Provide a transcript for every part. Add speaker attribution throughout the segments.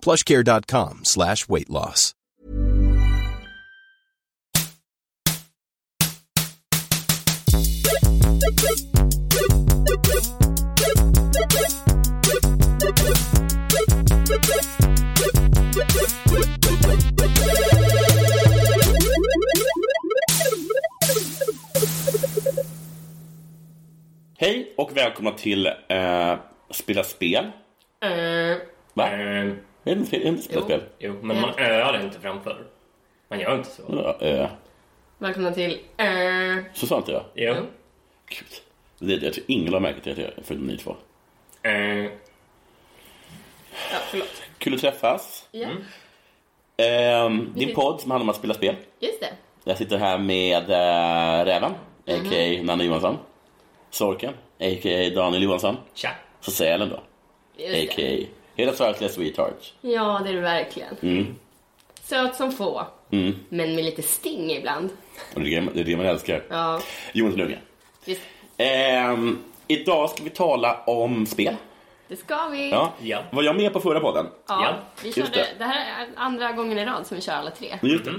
Speaker 1: plushcare.com slash weight loss.
Speaker 2: Hej och välkomna till eh, Spela spel.
Speaker 3: Eh,
Speaker 2: Va?
Speaker 3: eh,
Speaker 2: Är det inte är det inte Spela
Speaker 3: Jo.
Speaker 2: spel?
Speaker 3: jo, men man öar inte framför. Man gör inte så.
Speaker 2: Ja, eh,
Speaker 4: Välkomna till... eh,
Speaker 2: Så sa inte jag.
Speaker 3: Jo.
Speaker 2: Gud. Det, jag tror ingen har märkt det förutom ni två.
Speaker 3: Eh,
Speaker 4: ja, förlåt.
Speaker 2: Kul att träffas.
Speaker 4: Ja,
Speaker 2: Ehm, din podd som handlar om att spela spel.
Speaker 4: just det.
Speaker 2: Jag sitter här med eh, Räven,
Speaker 3: Mhm.
Speaker 2: a.k.a. Nanne Johansson. Sorken, a.k.a. Daniel Johansson.
Speaker 3: tja.
Speaker 2: Så Sälen då,
Speaker 4: Just det.
Speaker 2: a.k.a. hela Sveriges sweetheart.
Speaker 4: Ja, det är du verkligen. Söt som få, men med lite sting ibland.
Speaker 2: Och det är det- det är det man älskar.
Speaker 4: Ja,
Speaker 2: Jonas Lundgren.
Speaker 4: just
Speaker 2: Ehm, idag ska vi tala om spel.
Speaker 4: det ska vi.
Speaker 2: Ja.
Speaker 3: Ja.
Speaker 2: Var jag med på förra podden?
Speaker 4: Ja, vi
Speaker 2: just
Speaker 4: körde,
Speaker 2: det.
Speaker 4: det. här är andra gången i rad som vi kör alla tre.
Speaker 2: Just det.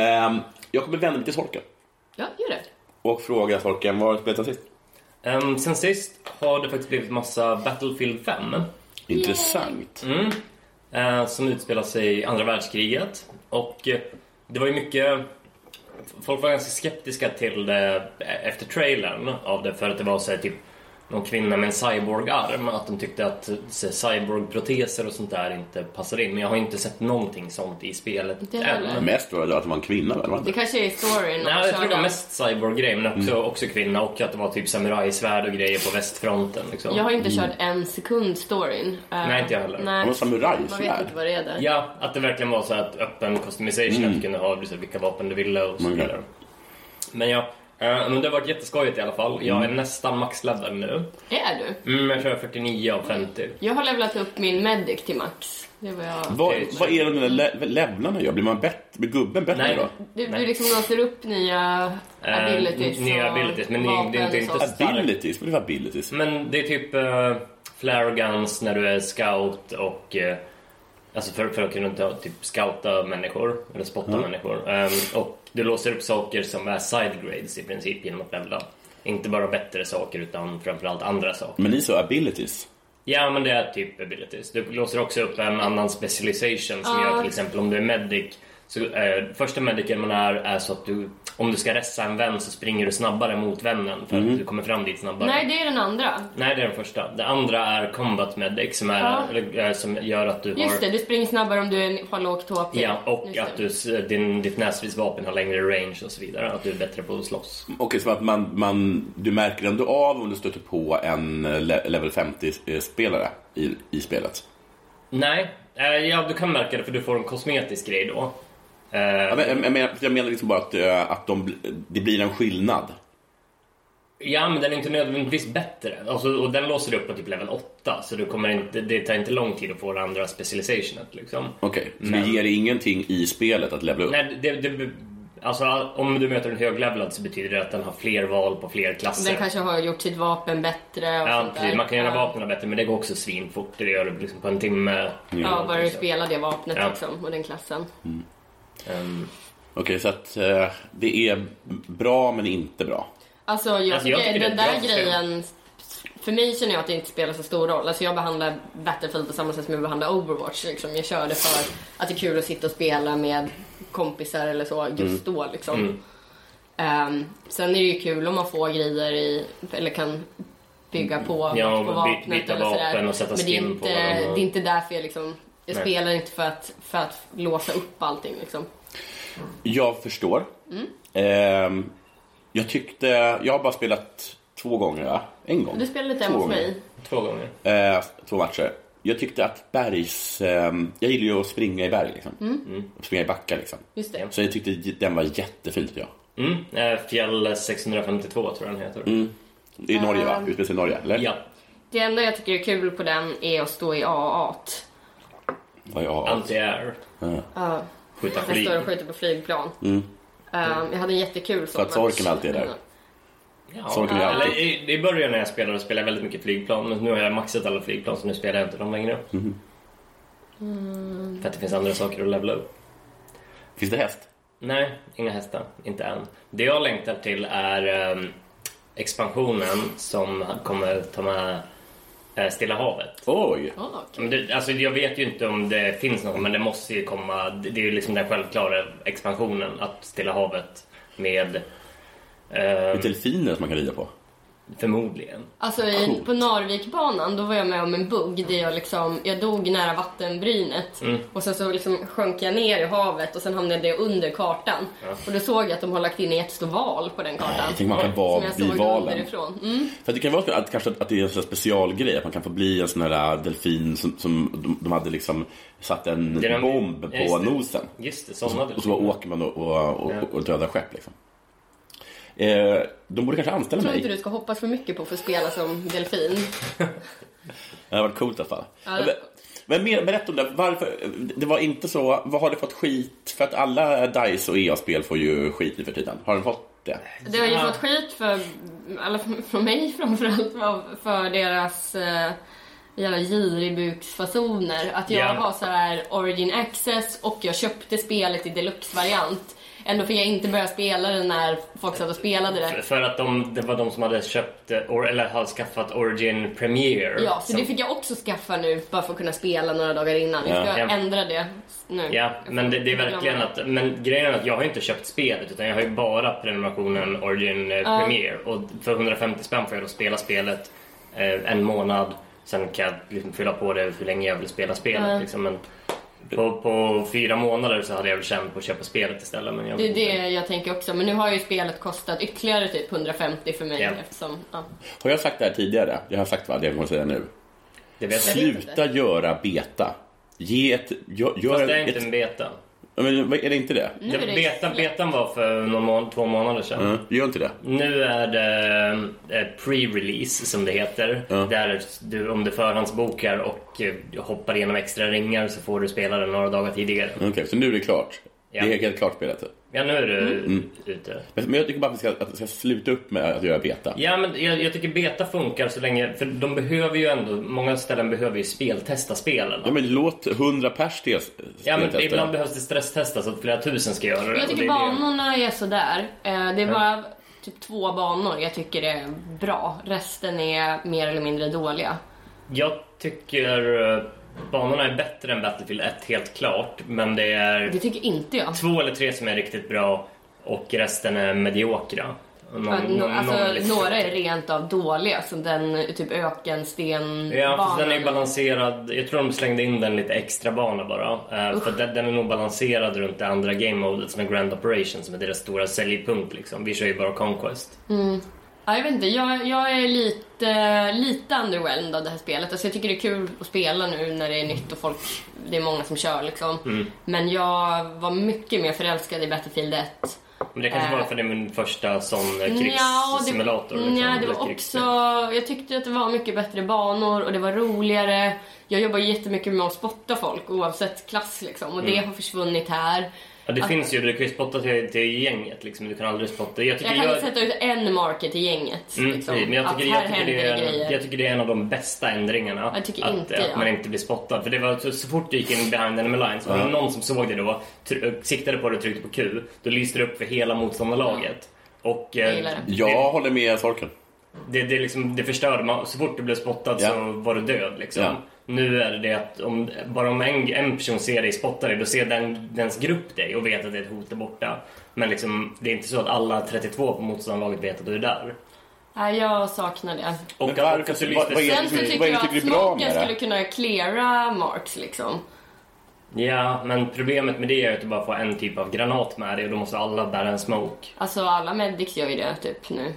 Speaker 2: Ehm, jag kommer vända mig till Sorken
Speaker 4: Ja, gör det.
Speaker 2: och fråga Sorken, vad har du spelat sen sist?
Speaker 3: Ehm, sen sist har det faktiskt blivit massa Battlefield 5.
Speaker 2: Intressant.
Speaker 3: eh, som utspelar sig i andra världskriget. Och eh, det var ju mycket... Folk var ganska skeptiska till det eh, efter trailern av det för att det var så här, typ någon kvinna med en cyborgarm. Att de tyckte att eh, så här, cyborgproteser och sånt där inte passar in. Men jag har inte sett någonting sånt i spelet
Speaker 4: Det har jag
Speaker 3: än.
Speaker 4: inte.
Speaker 2: Mm. Mest var det att det var en kvinna, eller? var det
Speaker 4: Det
Speaker 2: inte?
Speaker 4: kanske är storyn. om
Speaker 3: Nej,
Speaker 4: att
Speaker 3: jag tror det
Speaker 4: köra.
Speaker 3: var mest cyborg-grej, men också, också kvinna och att det var typ samurajsvärd och grejer på västfronten. Liksom.
Speaker 4: Jag har inte kört en sekund storyn. Eh,
Speaker 3: Nej, inte jag heller.
Speaker 4: Nej.
Speaker 2: Det var
Speaker 4: Man vet
Speaker 2: samurajsvärd.
Speaker 4: inte vad det är där.
Speaker 3: Ja, att det verkligen var så här att öppen customization, att du kunde ha liksom, vilka vapen du ville och så
Speaker 2: Mm.
Speaker 3: vidare. Men ja, eh, men det har varit jätteskojigt i alla fall. Jag är nästan maxlevel nu.
Speaker 4: Är du?
Speaker 3: Mm, jag kör 49 av 50.
Speaker 4: Jag har levlat upp min medic till max. Det var jag.
Speaker 2: Vad, vad är det de där le- levlarna gör? Blir man bättre? Blir gubben bättre
Speaker 3: Nej.
Speaker 2: då?
Speaker 4: Du,
Speaker 3: Nej.
Speaker 4: du liksom låser upp nya
Speaker 3: Eh,
Speaker 4: abilities.
Speaker 3: n- nya
Speaker 4: och
Speaker 3: abilities, men det är- det är
Speaker 4: vapen
Speaker 3: inte-
Speaker 4: och sånt.
Speaker 2: Abilities? Vad är det för abilities?
Speaker 3: Men det är typ uh, flare guns när du är scout och... eh, alltså för, för att kunna ta, typ scouta människor, eller spotta människor. Ehm, och du låser upp saker som är side grades i princip genom att levla. Inte bara bättre saker utan framförallt andra saker.
Speaker 2: Men ni sa abilities.
Speaker 3: Ja, men det är typ abilities. Du låser också upp en annan specialization som gör till exempel om du är medic. Så, eh, första medicen man är, är så att du, om du ska ressa en vän så springer du snabbare mot vännen för att du kommer fram dit snabbare.
Speaker 4: Nej, det är den andra.
Speaker 3: Nej, det är den första. Det andra är Combat Medic som, är,
Speaker 4: Ja.
Speaker 3: eller, eh, som gör att du har...
Speaker 4: Just det, du springer snabbare om du är- har lågt HP.
Speaker 3: Ja, och
Speaker 4: Just
Speaker 3: att
Speaker 4: det.
Speaker 3: du, s- din, ditt näsvisvapen har längre range och så vidare. Att du är bättre på att slåss.
Speaker 2: Okej, så att man, man, du märker ändå av om du stöter på en eh, le- level 50-spelare i, i spelet?
Speaker 3: Nej, eh, ja, du kan märka det för du får en kosmetisk grej då. Eh,
Speaker 2: Ja, men, jag, menar, jag menar liksom bara att, eh, att de, bl- det blir en skillnad.
Speaker 3: Ja, men den är inte nödvändigtvis bättre. Alltså, och den låser du upp på typ level 8, så du kommer inte, det tar inte lång tid att få det andra specializationet. Liksom.
Speaker 2: Okej, så det
Speaker 3: Men-
Speaker 2: ger ingenting i spelet att levla upp?
Speaker 3: Nej, det, det, alltså, om du möter en höglevlad så betyder det att den har fler val på fler klasser.
Speaker 4: Den kanske har gjort sitt vapen bättre och
Speaker 3: Ja,
Speaker 4: sånt
Speaker 3: precis.
Speaker 4: där.
Speaker 3: Man kan göra
Speaker 4: Ja.
Speaker 3: vapnen bättre, men det går också svinfort. Det gör du liksom på en timme.
Speaker 4: Ja, bara du spelar det vapnet
Speaker 3: Ja.
Speaker 4: liksom, och den klassen.
Speaker 3: Ehm,
Speaker 2: Okej, så att eh, det är bra men inte bra.
Speaker 4: Alltså, jag
Speaker 3: Alltså,
Speaker 4: tycker,
Speaker 3: jag tycker det är
Speaker 4: den
Speaker 3: ett
Speaker 4: där
Speaker 3: bra system.
Speaker 4: grejen För mig känner jag att det inte spelar så stor roll. Alltså jag behandlar Battlefield på samma sätt som jag behandlar Overwatch. Liksom. Jag kör det för att det är kul att sitta och spela med kompisar eller så just
Speaker 3: Mm.
Speaker 4: då. Liksom. Ehm, sen är det ju kul om man får grejer i, eller kan bygga på,
Speaker 3: Ja,
Speaker 4: på
Speaker 3: by-
Speaker 4: vapnet
Speaker 3: byta
Speaker 4: eller sådär.
Speaker 3: vapen och sätta
Speaker 4: Men det är
Speaker 3: skin på
Speaker 4: inte,
Speaker 3: varandra.
Speaker 4: det är inte därför jag liksom, jag
Speaker 3: Nej.
Speaker 4: spelar inte för att, för att låsa upp allting liksom.
Speaker 2: Jag förstår.
Speaker 4: Mm.
Speaker 2: Ehm, jag tyckte... Jag har bara spelat två gånger, va? En gång.
Speaker 4: Du spelar lite
Speaker 2: Två
Speaker 4: hemma hos
Speaker 2: gånger.
Speaker 4: mig.
Speaker 3: Två gånger.
Speaker 2: Eh, två matcher. Jag tyckte att bergs... ehm, jag gillar ju att springa i berg liksom. Springa i backar liksom.
Speaker 4: Mm. Just det.
Speaker 2: Så jag tyckte j- den var jättefin tyckte jag.
Speaker 3: Mm. eh, Fjäll 652 tror jag den heter.
Speaker 2: I Norge
Speaker 4: Ehm.
Speaker 2: va? Utspelar sig i Norge, eller?
Speaker 3: Ja,
Speaker 4: Det enda jag tycker är kul på den är att stå i AA. -t.
Speaker 2: Ja, ja.
Speaker 3: anti-air.
Speaker 4: Ja.
Speaker 3: Skjuta
Speaker 4: Jag
Speaker 3: flyg.
Speaker 4: står och skjuter på flygplan. Ehm, jag hade en jättekul sån
Speaker 2: Mm. att Sorken alltid är där.
Speaker 3: Ja.
Speaker 2: Sånt vill jag
Speaker 3: Eller,
Speaker 2: alltid.
Speaker 3: i, I början när jag spelade spelade jag väldigt mycket flygplan men nu har jag maxat alla flygplan så nu spelar jag inte dem längre.
Speaker 4: Mm.
Speaker 3: För att det finns andra saker att levla upp.
Speaker 2: Finns det häst?
Speaker 3: Nej, inga hästar. Inte än. Det jag längtar till är ehm, expansionen som kommer ta med eh, Stilla havet.
Speaker 2: Oj!
Speaker 4: Ja, okej.
Speaker 3: Men Det, alltså jag vet ju inte om det finns någon men det måste ju komma. Det det är ju liksom den självklara expansionen att Stilla havet med ehm,
Speaker 2: Med delfiner som man kan rida på.
Speaker 3: förmodligen.
Speaker 4: Alltså i, på Narvikbanan, då var jag med om en bugg där jag liksom, jag dog nära vattenbrynet och sen så liksom sjönk jag ner i havet och sen hamnade jag under kartan. Och då såg jag att de har lagt in en jättestor val på den kartan.
Speaker 2: Jag tänker man kan
Speaker 4: som
Speaker 2: vara
Speaker 4: jag
Speaker 2: i
Speaker 4: såg
Speaker 2: valen.
Speaker 4: underifrån. Mm.
Speaker 2: För att det kan vara så att, kanske att det är en sån här specialgrej, att man kan få bli en sån här delfin som, som de, de hade liksom satt en
Speaker 3: Det är den-
Speaker 2: bomb
Speaker 3: Ja,
Speaker 2: på
Speaker 3: just det.
Speaker 2: nosen.
Speaker 3: Just det, sådana
Speaker 2: Och så bara åker man och, och, och, och dödar skepp liksom. Eh, de borde kanske anställa
Speaker 4: Jag tror
Speaker 2: mig.
Speaker 4: inte du ska hoppas för mycket på för att spela som delfin.
Speaker 2: Det hade varit coolt i alla fall.
Speaker 4: Ja, det-
Speaker 2: men, men mer, berätta om det. Varför, det var inte så... Vad har det fått skit? För att alla DICE och EA-spel får ju skit nu för tiden. Har den fått det?
Speaker 4: Det har ju
Speaker 3: Ja.
Speaker 4: fått skit för, alla från från mig framförallt, för- för deras eh, jävla giribuksfasoner. Att jag
Speaker 3: Ja.
Speaker 4: har så här origin access och jag köpte spelet i deluxe-variant. Ändå fick jag inte börja spela det när folk satt och spelade det.
Speaker 3: För att de, det var de som hade köpt eh, or, eller hade skaffat Origin Premiere.
Speaker 4: Ja, så
Speaker 3: Som-
Speaker 4: det fick jag också skaffa nu bara för att kunna spela några dagar innan.
Speaker 2: Ja.
Speaker 4: Jag ska
Speaker 3: Ja.
Speaker 4: ändra det nu.
Speaker 3: Ja, men det, det är verkligen att... Men grejen är att jag har ju inte köpt spelet utan jag har ju bara prenumerationen Origin eh, Premiere. Och för 150 spänn får jag då spela spelet eh, en månad. Sen kan jag liksom fylla på det hur länge jag vill spela spelet. Liksom. Men på, på fyra månader så hade jag väl känt på att köpa spelet istället. Men jag
Speaker 4: Det är det jag tänker också. Men nu har ju spelet kostat ytterligare typ 150 för mig
Speaker 3: Ja.
Speaker 4: eftersom... Ja.
Speaker 2: Har jag sagt det här tidigare? Jag har sagt vad det jag kommer säga nu.
Speaker 3: det vet jag.
Speaker 4: vet inte.
Speaker 2: Sluta göra beta. Ge ett... Gör, gör
Speaker 3: Fast det är inte
Speaker 2: ett,
Speaker 3: en beta.
Speaker 2: men, vad- är det inte det?
Speaker 4: Nu är det-
Speaker 3: Beta, betan var för någon mån, två månader sedan.
Speaker 2: Mm, gör inte det.
Speaker 3: Nu är det eh, pre-release som det heter. Där du, om du förhandsbokar och eh, hoppar igenom extra ringar så får du spela den några dagar tidigare.
Speaker 2: Okej, så nu är det klart.
Speaker 3: Ja.
Speaker 2: Det är helt klart spelet.
Speaker 3: Ja, nu är du ute.
Speaker 2: Men, men jag tycker bara att vi ska, att vi ska sluta upp med att göra beta.
Speaker 3: Ja, men jag, jag tycker beta funkar så länge, för de behöver ju ändå, många ställen behöver ju speltesta spelen.
Speaker 2: Ja, men låt 100 pers till
Speaker 3: Ja, men
Speaker 2: speltesta.
Speaker 3: ibland behövs det stresstesta så att flera tusen ska göra det.
Speaker 4: Jag
Speaker 3: och det
Speaker 4: tycker
Speaker 3: är det-
Speaker 4: banorna är sådär. Eh, Det är bara typ två banor jag tycker är bra. Resten är mer eller mindre dåliga.
Speaker 3: Jag tycker eh, banorna är bättre än Battlefield 1, helt klart. Men det är...
Speaker 4: Det tycker inte jag.
Speaker 3: två eller tre som är riktigt bra och resten är mediokra. Någon,
Speaker 4: För att no,
Speaker 3: någon-
Speaker 4: alltså,
Speaker 3: någon är lite-
Speaker 4: några är rent av dåliga, som den typ ökenstenbanan.
Speaker 3: Ja, fast den är ju balanserad. Jag tror de slängde in den lite extra bana bara. Eh, för den, den är nog balanserad runt det andra game modet som är Grand Operation som är deras stora säljpunkt liksom. Vi kör ju bara Conquest.
Speaker 4: Ja, jag vet inte, jag, jag är lite, lite underwhelmed av det här spelet. Alltså, jag tycker det är kul att spela nu när det är nytt och folk, det är många som kör liksom.
Speaker 3: Mm.
Speaker 4: Men jag var mycket mer förälskad i Battlefield 1.
Speaker 3: Men det kanske
Speaker 4: Eh.
Speaker 3: var för det är min första sån eh,
Speaker 4: Nja, det-
Speaker 3: krigssimulator. liksom.
Speaker 4: nja, det
Speaker 3: Eller
Speaker 4: var också...
Speaker 3: krigsspel.
Speaker 4: Jag tyckte att det var mycket bättre banor och det var roligare. Jag jobbar ju jättemycket med att spotta folk oavsett klass liksom och
Speaker 3: Mm.
Speaker 4: det har försvunnit här.
Speaker 3: Ja, det finns ju. Du kan ju spotta till, till gänget liksom. Du kan aldrig spotta. Jag tycker
Speaker 4: Jag kan sätta ut en market i gänget.
Speaker 3: Mm,
Speaker 4: liksom.
Speaker 3: precis. men jag tycker,
Speaker 4: att
Speaker 3: jag, tycker
Speaker 4: här händer
Speaker 3: det
Speaker 4: det
Speaker 3: är,
Speaker 4: grejer.
Speaker 3: jag tycker det är en av de bästa ändringarna.
Speaker 4: Jag tycker
Speaker 3: att, eh,
Speaker 4: inte,
Speaker 3: att man
Speaker 4: ja.
Speaker 3: inte blir spottad. För det var så, så fort du gick in behind enemy line så var det någon som såg det då, tr- eh, siktade på det och tryckte på Q. Då lyste det upp för hela motståndarlaget. Och, eh,
Speaker 4: Jag gillar det.
Speaker 2: Jag håller med Sorken.
Speaker 3: Det, det, är liksom, det förstörde man. Så fort du blev spottad
Speaker 2: Ja.
Speaker 3: så var du död. Liksom.
Speaker 2: Ja.
Speaker 3: Nu är det det att om, bara om en, en person ser dig spotta dig, då ser den, dens grupp dig och vet att det är ett hot där borta. Men liksom, det är inte så att alla 32 på motståndarlaget vet att du är där.
Speaker 4: Nej, jag saknar det.
Speaker 3: Och
Speaker 2: Men
Speaker 3: att-
Speaker 2: varför-
Speaker 3: och att
Speaker 2: vad-
Speaker 3: du lyssnar-
Speaker 2: vad är det
Speaker 4: Sen så
Speaker 2: vi-
Speaker 4: tycker
Speaker 2: vad är
Speaker 4: jag
Speaker 2: det vi
Speaker 4: att
Speaker 2: tycker är bra
Speaker 4: Smoken
Speaker 2: med det?
Speaker 4: skulle kunna cleara Marks liksom.
Speaker 3: Ja, men problemet med det är att du bara får en typ av granat med dig och då måste alla bära en smoke.
Speaker 4: Alltså alla medics gör ju det typ nu.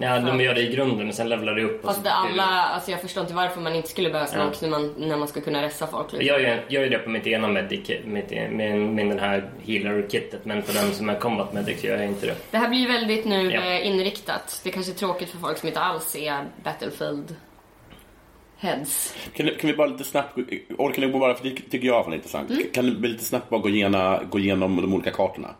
Speaker 3: Ja, de gör det i grunden men sen levlar du upp. och
Speaker 4: Fast
Speaker 3: så-
Speaker 4: det alla, alltså jag förstår inte varför man inte skulle behöva smoke när, man, när man ska kunna ressa folk. Liksom.
Speaker 3: Jag gör, jag gör det på mitt ena medic, mitt, med, med den här healer-kittet, men på den som är combat medic gör jag inte det.
Speaker 4: Det här blir ju väldigt nu
Speaker 3: Ja.
Speaker 4: eh, inriktat. Det kanske är tråkigt för folk som inte alls är Battlefield heads.
Speaker 2: Kan, du- kan vi bara lite snabbt, orkar ni gå bara, för det tycker jag är intressant.
Speaker 4: Mm.
Speaker 2: Kan du lite snabbt bara gå, gena, gå igenom de olika kartorna?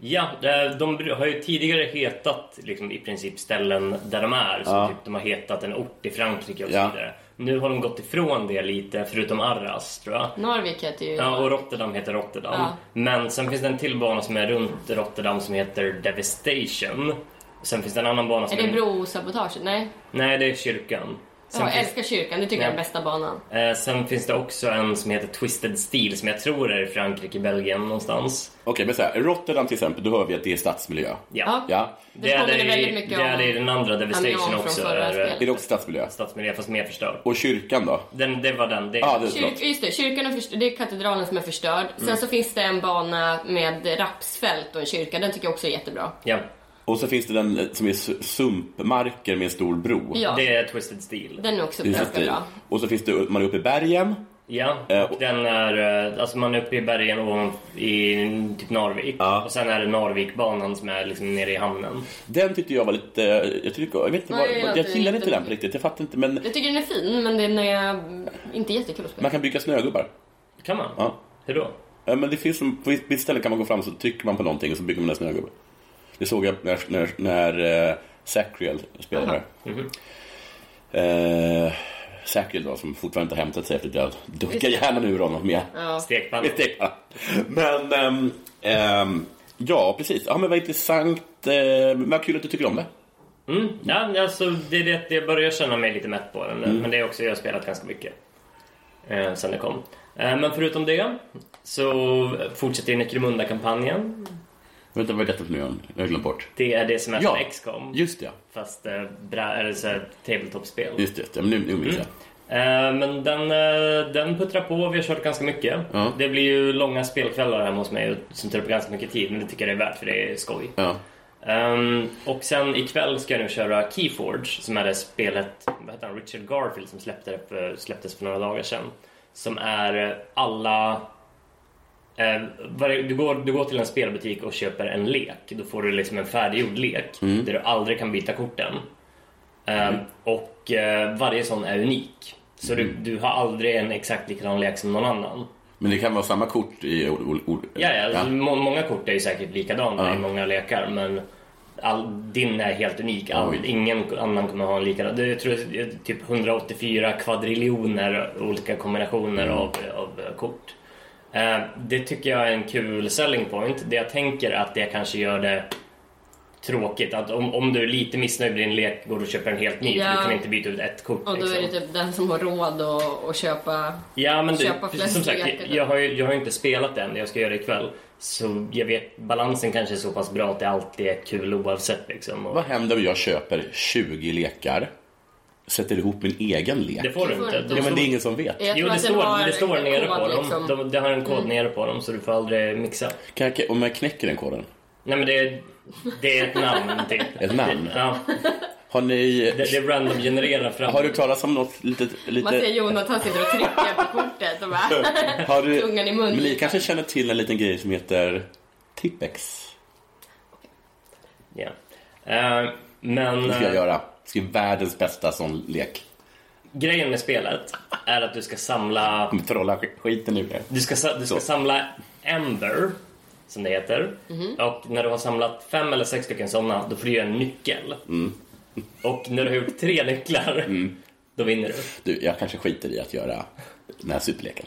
Speaker 3: Ja, det- de har ju tidigare hetat liksom, i princip ställen där de är. Så typ, de har hetat en ort i Frankrike och så
Speaker 2: Ja.
Speaker 3: vidare. Nu har de gått ifrån det lite, förutom Arras tror jag.
Speaker 4: Norvik heter ju...
Speaker 3: Ja, och Rotterdam heter Rotterdam.
Speaker 4: Ja.
Speaker 3: Men sen finns det en till bana som är runt Rotterdam som heter Devastation. Sen finns det en annan bana som
Speaker 4: Är det brosabotage? Nej.
Speaker 3: Nej, det är kyrkan. Sen,
Speaker 4: Ja, jag
Speaker 3: finns...
Speaker 4: älskar kyrkan, det tycker jag är bästa banan.
Speaker 3: Eh, sen finns det också en som heter Twisted Steel som jag tror är i Frankrike, Belgien någonstans.
Speaker 2: Okej, men så här, Rotterdam till exempel, då hör vi att det är stadsmiljö.
Speaker 4: Ja.
Speaker 2: Ja.
Speaker 4: Det påminner
Speaker 3: i-
Speaker 4: väldigt mycket
Speaker 3: det är
Speaker 4: om
Speaker 3: det i den andra
Speaker 4: Amiens
Speaker 3: Devastation
Speaker 4: från
Speaker 3: också.
Speaker 4: förra
Speaker 3: Är, eh,
Speaker 4: spelet.
Speaker 2: Är det också stadsmiljö?
Speaker 3: stadsmiljö fast mer förstörd.
Speaker 2: Och kyrkan då?
Speaker 3: Den, det var den. Det, Mm.
Speaker 2: Ja, det är
Speaker 4: Kyrk,
Speaker 2: förlåt.
Speaker 4: just det, kyrkan är förstörd, det är katedralen som är förstörd. Sen så finns det en bana med rapsfält och en kyrka, den tycker jag också är jättebra.
Speaker 3: ja,
Speaker 2: Och så finns det den som är su- sumpmarker med en stor bro.
Speaker 4: Ja,
Speaker 3: det är Twisted Steel.
Speaker 4: den är också
Speaker 2: Det är så
Speaker 4: ganska
Speaker 2: fint.
Speaker 4: bra.
Speaker 2: Och så finns det, man är uppe i bergen.
Speaker 3: Ja,
Speaker 2: Eh,
Speaker 3: och den är... eh, Alltså man är uppe i bergen ovan i typ Narvik.
Speaker 2: Ja.
Speaker 3: Och sen är det Narvikbanan som är liksom nere i hamnen.
Speaker 2: Den tyckte jag var lite, jag, tycker, jag vet inte,
Speaker 4: Nej,
Speaker 2: vad,
Speaker 4: jag
Speaker 2: jag,
Speaker 4: tycker
Speaker 2: gillar
Speaker 4: inte-
Speaker 2: inte den på riktigt. Jag fattar inte, men
Speaker 4: Jag tycker den är fin, men den är mm, inte jättekul att spela.
Speaker 2: man kan bygga snögubbar.
Speaker 3: Kan man?
Speaker 2: Ja.
Speaker 3: Hur då?
Speaker 2: Ja, men det finns, som- på vissa vissa ställen kan man gå fram så trycker man på någonting och så bygger man en snögubbe. Det såg jag när, när, när eh, Sacriel spelade här. Eh, Sacriel då, som fortfarande inte har hämtat sig efter att jag dunkade hjärnan ur honom med
Speaker 3: Stekpanna?
Speaker 2: Mitt eget. Men, ehm, ehm, ja precis. Ja men vad intressant. Eh, vad kul att du tycker om det.
Speaker 3: Mm. Ja, alltså, det är det att jag börjar känna mig lite mätt på den. nu,
Speaker 2: Mm.
Speaker 3: Men det är också, jag har spelat ganska mycket. Eh, sen det kom. Eh, men förutom det så fortsätter ju Necromunda-kampanjen.
Speaker 2: Vänta, vad är detta för nu igen? Jag har glömt bort.
Speaker 3: Det är det som är
Speaker 2: Ja.
Speaker 3: ja. X-com.
Speaker 2: Just det,
Speaker 3: Fast eh, bra, eller så här, tabletop-spel.
Speaker 2: just det. Ja, men nu, nu minns jag.
Speaker 3: Eh, Men den, eh, den puttrar på, vi har kört ganska mycket.
Speaker 2: Ja.
Speaker 3: Det blir ju långa spelkvällar hemma hos mig som tar upp ganska mycket tid, men det tycker jag det är värt för det är skoj.
Speaker 2: Ja.
Speaker 3: Ehm, och sen ikväll ska jag nu köra Keyforge som är det spelet, vad heter han, Richard Garfield som släppte det för, släpptes för några dagar sedan. Som är alla... eh, varje- du, går, du går till en spelbutik och köper en lek. Då får du liksom en färdiggjord lek
Speaker 2: Mm.
Speaker 3: där du aldrig kan byta korten. Ehm, Och eh, varje sån är unik. Så du, du har aldrig en exakt likadan lek som någon annan.
Speaker 2: Men det kan vara samma kort i ord. ord, ord
Speaker 3: Ja, ja, alltså, må- många kort är ju säkert likadana i många lekar men all, din är helt unik. All,
Speaker 2: Oj.
Speaker 3: ingen annan kommer ha en likadan. Det- Jag tror det är typ 184 kvadriljoner olika kombinationer av, av eh, kort. Eh, det tycker jag är en kul selling point. Det jag tänker är att det kanske gör det tråkigt. Att om, om du är lite missnöjd med din lek går du och köper en helt ny. för
Speaker 4: Ja.
Speaker 3: Du kan inte byta ut ett kort.
Speaker 4: Och då
Speaker 3: liksom.
Speaker 4: är det typ den som har råd att, att köpa...
Speaker 3: Ja, men
Speaker 4: Köpa
Speaker 3: det,
Speaker 4: flest
Speaker 3: som sagt,
Speaker 4: lekar då.
Speaker 3: jag har ju jag har ju inte spelat den. Jag ska göra det ikväll. Så jag vet, balansen kanske är så pass bra att det alltid är kul oavsett. Liksom. Och
Speaker 2: Vad händer om jag köper 20 lekar, sätter ihop min egen lek?
Speaker 3: det får du
Speaker 4: Det får
Speaker 3: inte. De-
Speaker 4: du inte.
Speaker 2: ja, men det är ingen som vet.
Speaker 4: Jag
Speaker 3: Jo,
Speaker 4: tror
Speaker 3: det
Speaker 4: att den
Speaker 3: står,
Speaker 4: har
Speaker 3: det står
Speaker 4: en
Speaker 3: nere
Speaker 4: kod,
Speaker 3: på
Speaker 4: liksom.
Speaker 3: dem. De, det har en kod nere på dem, så du får aldrig mixa.
Speaker 2: Kan jag, om jag knäcker den koden?
Speaker 3: Nej, men det, det är ett namn, typ.
Speaker 2: Ett namn?
Speaker 3: Ja,
Speaker 2: Har ni...
Speaker 3: det, det är random genererar fram.
Speaker 2: Har du talat om något litet...
Speaker 4: Man ser
Speaker 2: Lite,
Speaker 4: Jonathan sitter och trycker på kortet och bara...
Speaker 2: har du,
Speaker 4: tungan i munnen.
Speaker 2: Men ni kanske känner till en liten grej som heter Tippex?
Speaker 3: Ja. Eh, men...
Speaker 2: Det ska jag
Speaker 3: eh,
Speaker 2: göra. Det ska bli världens bästa sån lek.
Speaker 3: Grejen med spelet är att du ska samla
Speaker 2: Jag kommer trolla sk- skiten ur det.
Speaker 3: Du ska, sa- du ska
Speaker 2: Så.
Speaker 3: samla Ember, som det heter. Och när du har samlat fem eller sex stycken sådana, då får du göra en nyckel. Och när du har gjort tre nycklar, då vinner du.
Speaker 2: Du, jag kanske skiter i att göra den här superleken.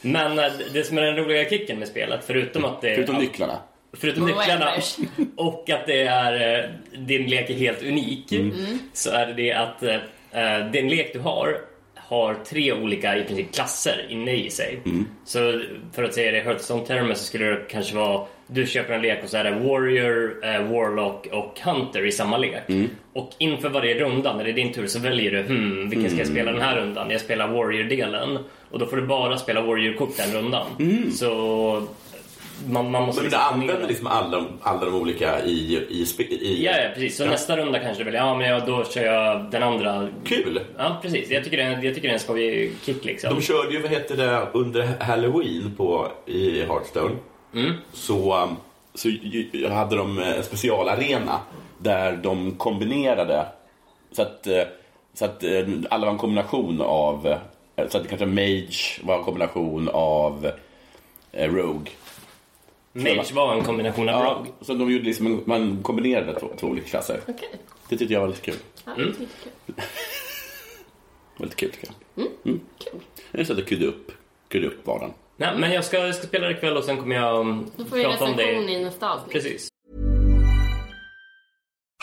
Speaker 3: Men eh, det som är den roliga kicken med spelet, förutom att det...
Speaker 2: Förutom nycklarna.
Speaker 3: förutom
Speaker 4: Och
Speaker 3: nycklarna
Speaker 4: Embers.
Speaker 3: och att det är, eh, din lek är helt unik
Speaker 2: Mm.
Speaker 3: så är det det att eh, den lek du har har tre olika i princip, klasser inne i sig.
Speaker 2: Mm.
Speaker 3: Så för att säga det i Hearthstone-termer så skulle det kanske vara du köper en lek och så är det Warrior, eh, Warlock och Hunter i samma lek.
Speaker 2: Mm.
Speaker 3: Och inför varje runda när det är din tur så väljer du hmm, vilken ska jag spela den
Speaker 2: Mm.
Speaker 3: här rundan? Jag spelar Warrior-delen och då får du bara spela Warrior-kort den rundan. Så man, man måste
Speaker 2: Mm. Men du
Speaker 3: liksom
Speaker 2: använder liksom alla, de- alla de olika i... i, spe- i
Speaker 3: Ja, ja, precis. Så nästa runda kanske du väljer, ja men ja, då kör jag den andra.
Speaker 2: Kul!
Speaker 3: Ja, precis. Jag tycker det, är- jag tycker det är en skojig kick liksom.
Speaker 2: De körde ju, vad heter det, under halloween på, i Hearthstone.
Speaker 3: Mm.
Speaker 2: Så, um, så ju- ju- hade de eh, en specialarena där de kombinerade så att, eh, så att eh, alla var en kombination av, eh, så att det kanske Mage var en kombination av eh, Rogue.
Speaker 3: Mage var en kombination av
Speaker 2: Ja,
Speaker 3: rogue.
Speaker 2: så de gjorde liksom, en- man kombinerade två, två olika klasser.
Speaker 4: Okej.
Speaker 2: Det tyckte jag var lite kul.
Speaker 4: Ja, det tycker jag.
Speaker 2: Väldigt kul tycker jag.
Speaker 4: Kul.
Speaker 2: Det är så att jag kudde upp, kudde upp vardagen.
Speaker 3: Nej, men jag ska, jag ska spela det ikväll och sen kommer jag um,
Speaker 4: Då får vi
Speaker 3: prata om
Speaker 4: recension i
Speaker 3: det.
Speaker 4: nästa avsnitt.
Speaker 3: Precis.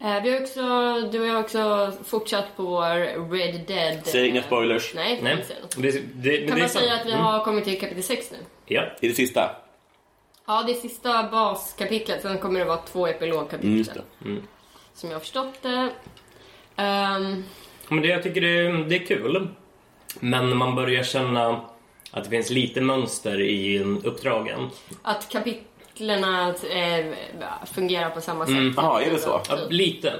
Speaker 4: Eh, vi har också, du och jag har också fortsatt på vår Red Dead...
Speaker 2: Säg inga
Speaker 4: eh,
Speaker 2: spoilers.
Speaker 4: Nej,
Speaker 3: Nej.
Speaker 4: Säg något.
Speaker 3: Det, det, men det
Speaker 4: Kan
Speaker 3: är
Speaker 4: man
Speaker 3: så-
Speaker 4: säga att vi
Speaker 3: Mm.
Speaker 4: har kommit till kapitel 6 nu?
Speaker 3: Ja.
Speaker 2: I det sista.
Speaker 4: Ja, det är sista baskapitlet. Sen kommer det vara två epilogkapitel.
Speaker 2: Mm, just det.
Speaker 4: Som jag har förstått det. Ehm,
Speaker 3: Men det, jag tycker det, är- det är kul. Men man börjar känna att det finns lite mönster i um, uppdragen.
Speaker 4: att kapitlerna eh, fungerar på samma sätt.
Speaker 2: Ja, Mm. är det så?
Speaker 3: Ja, lite.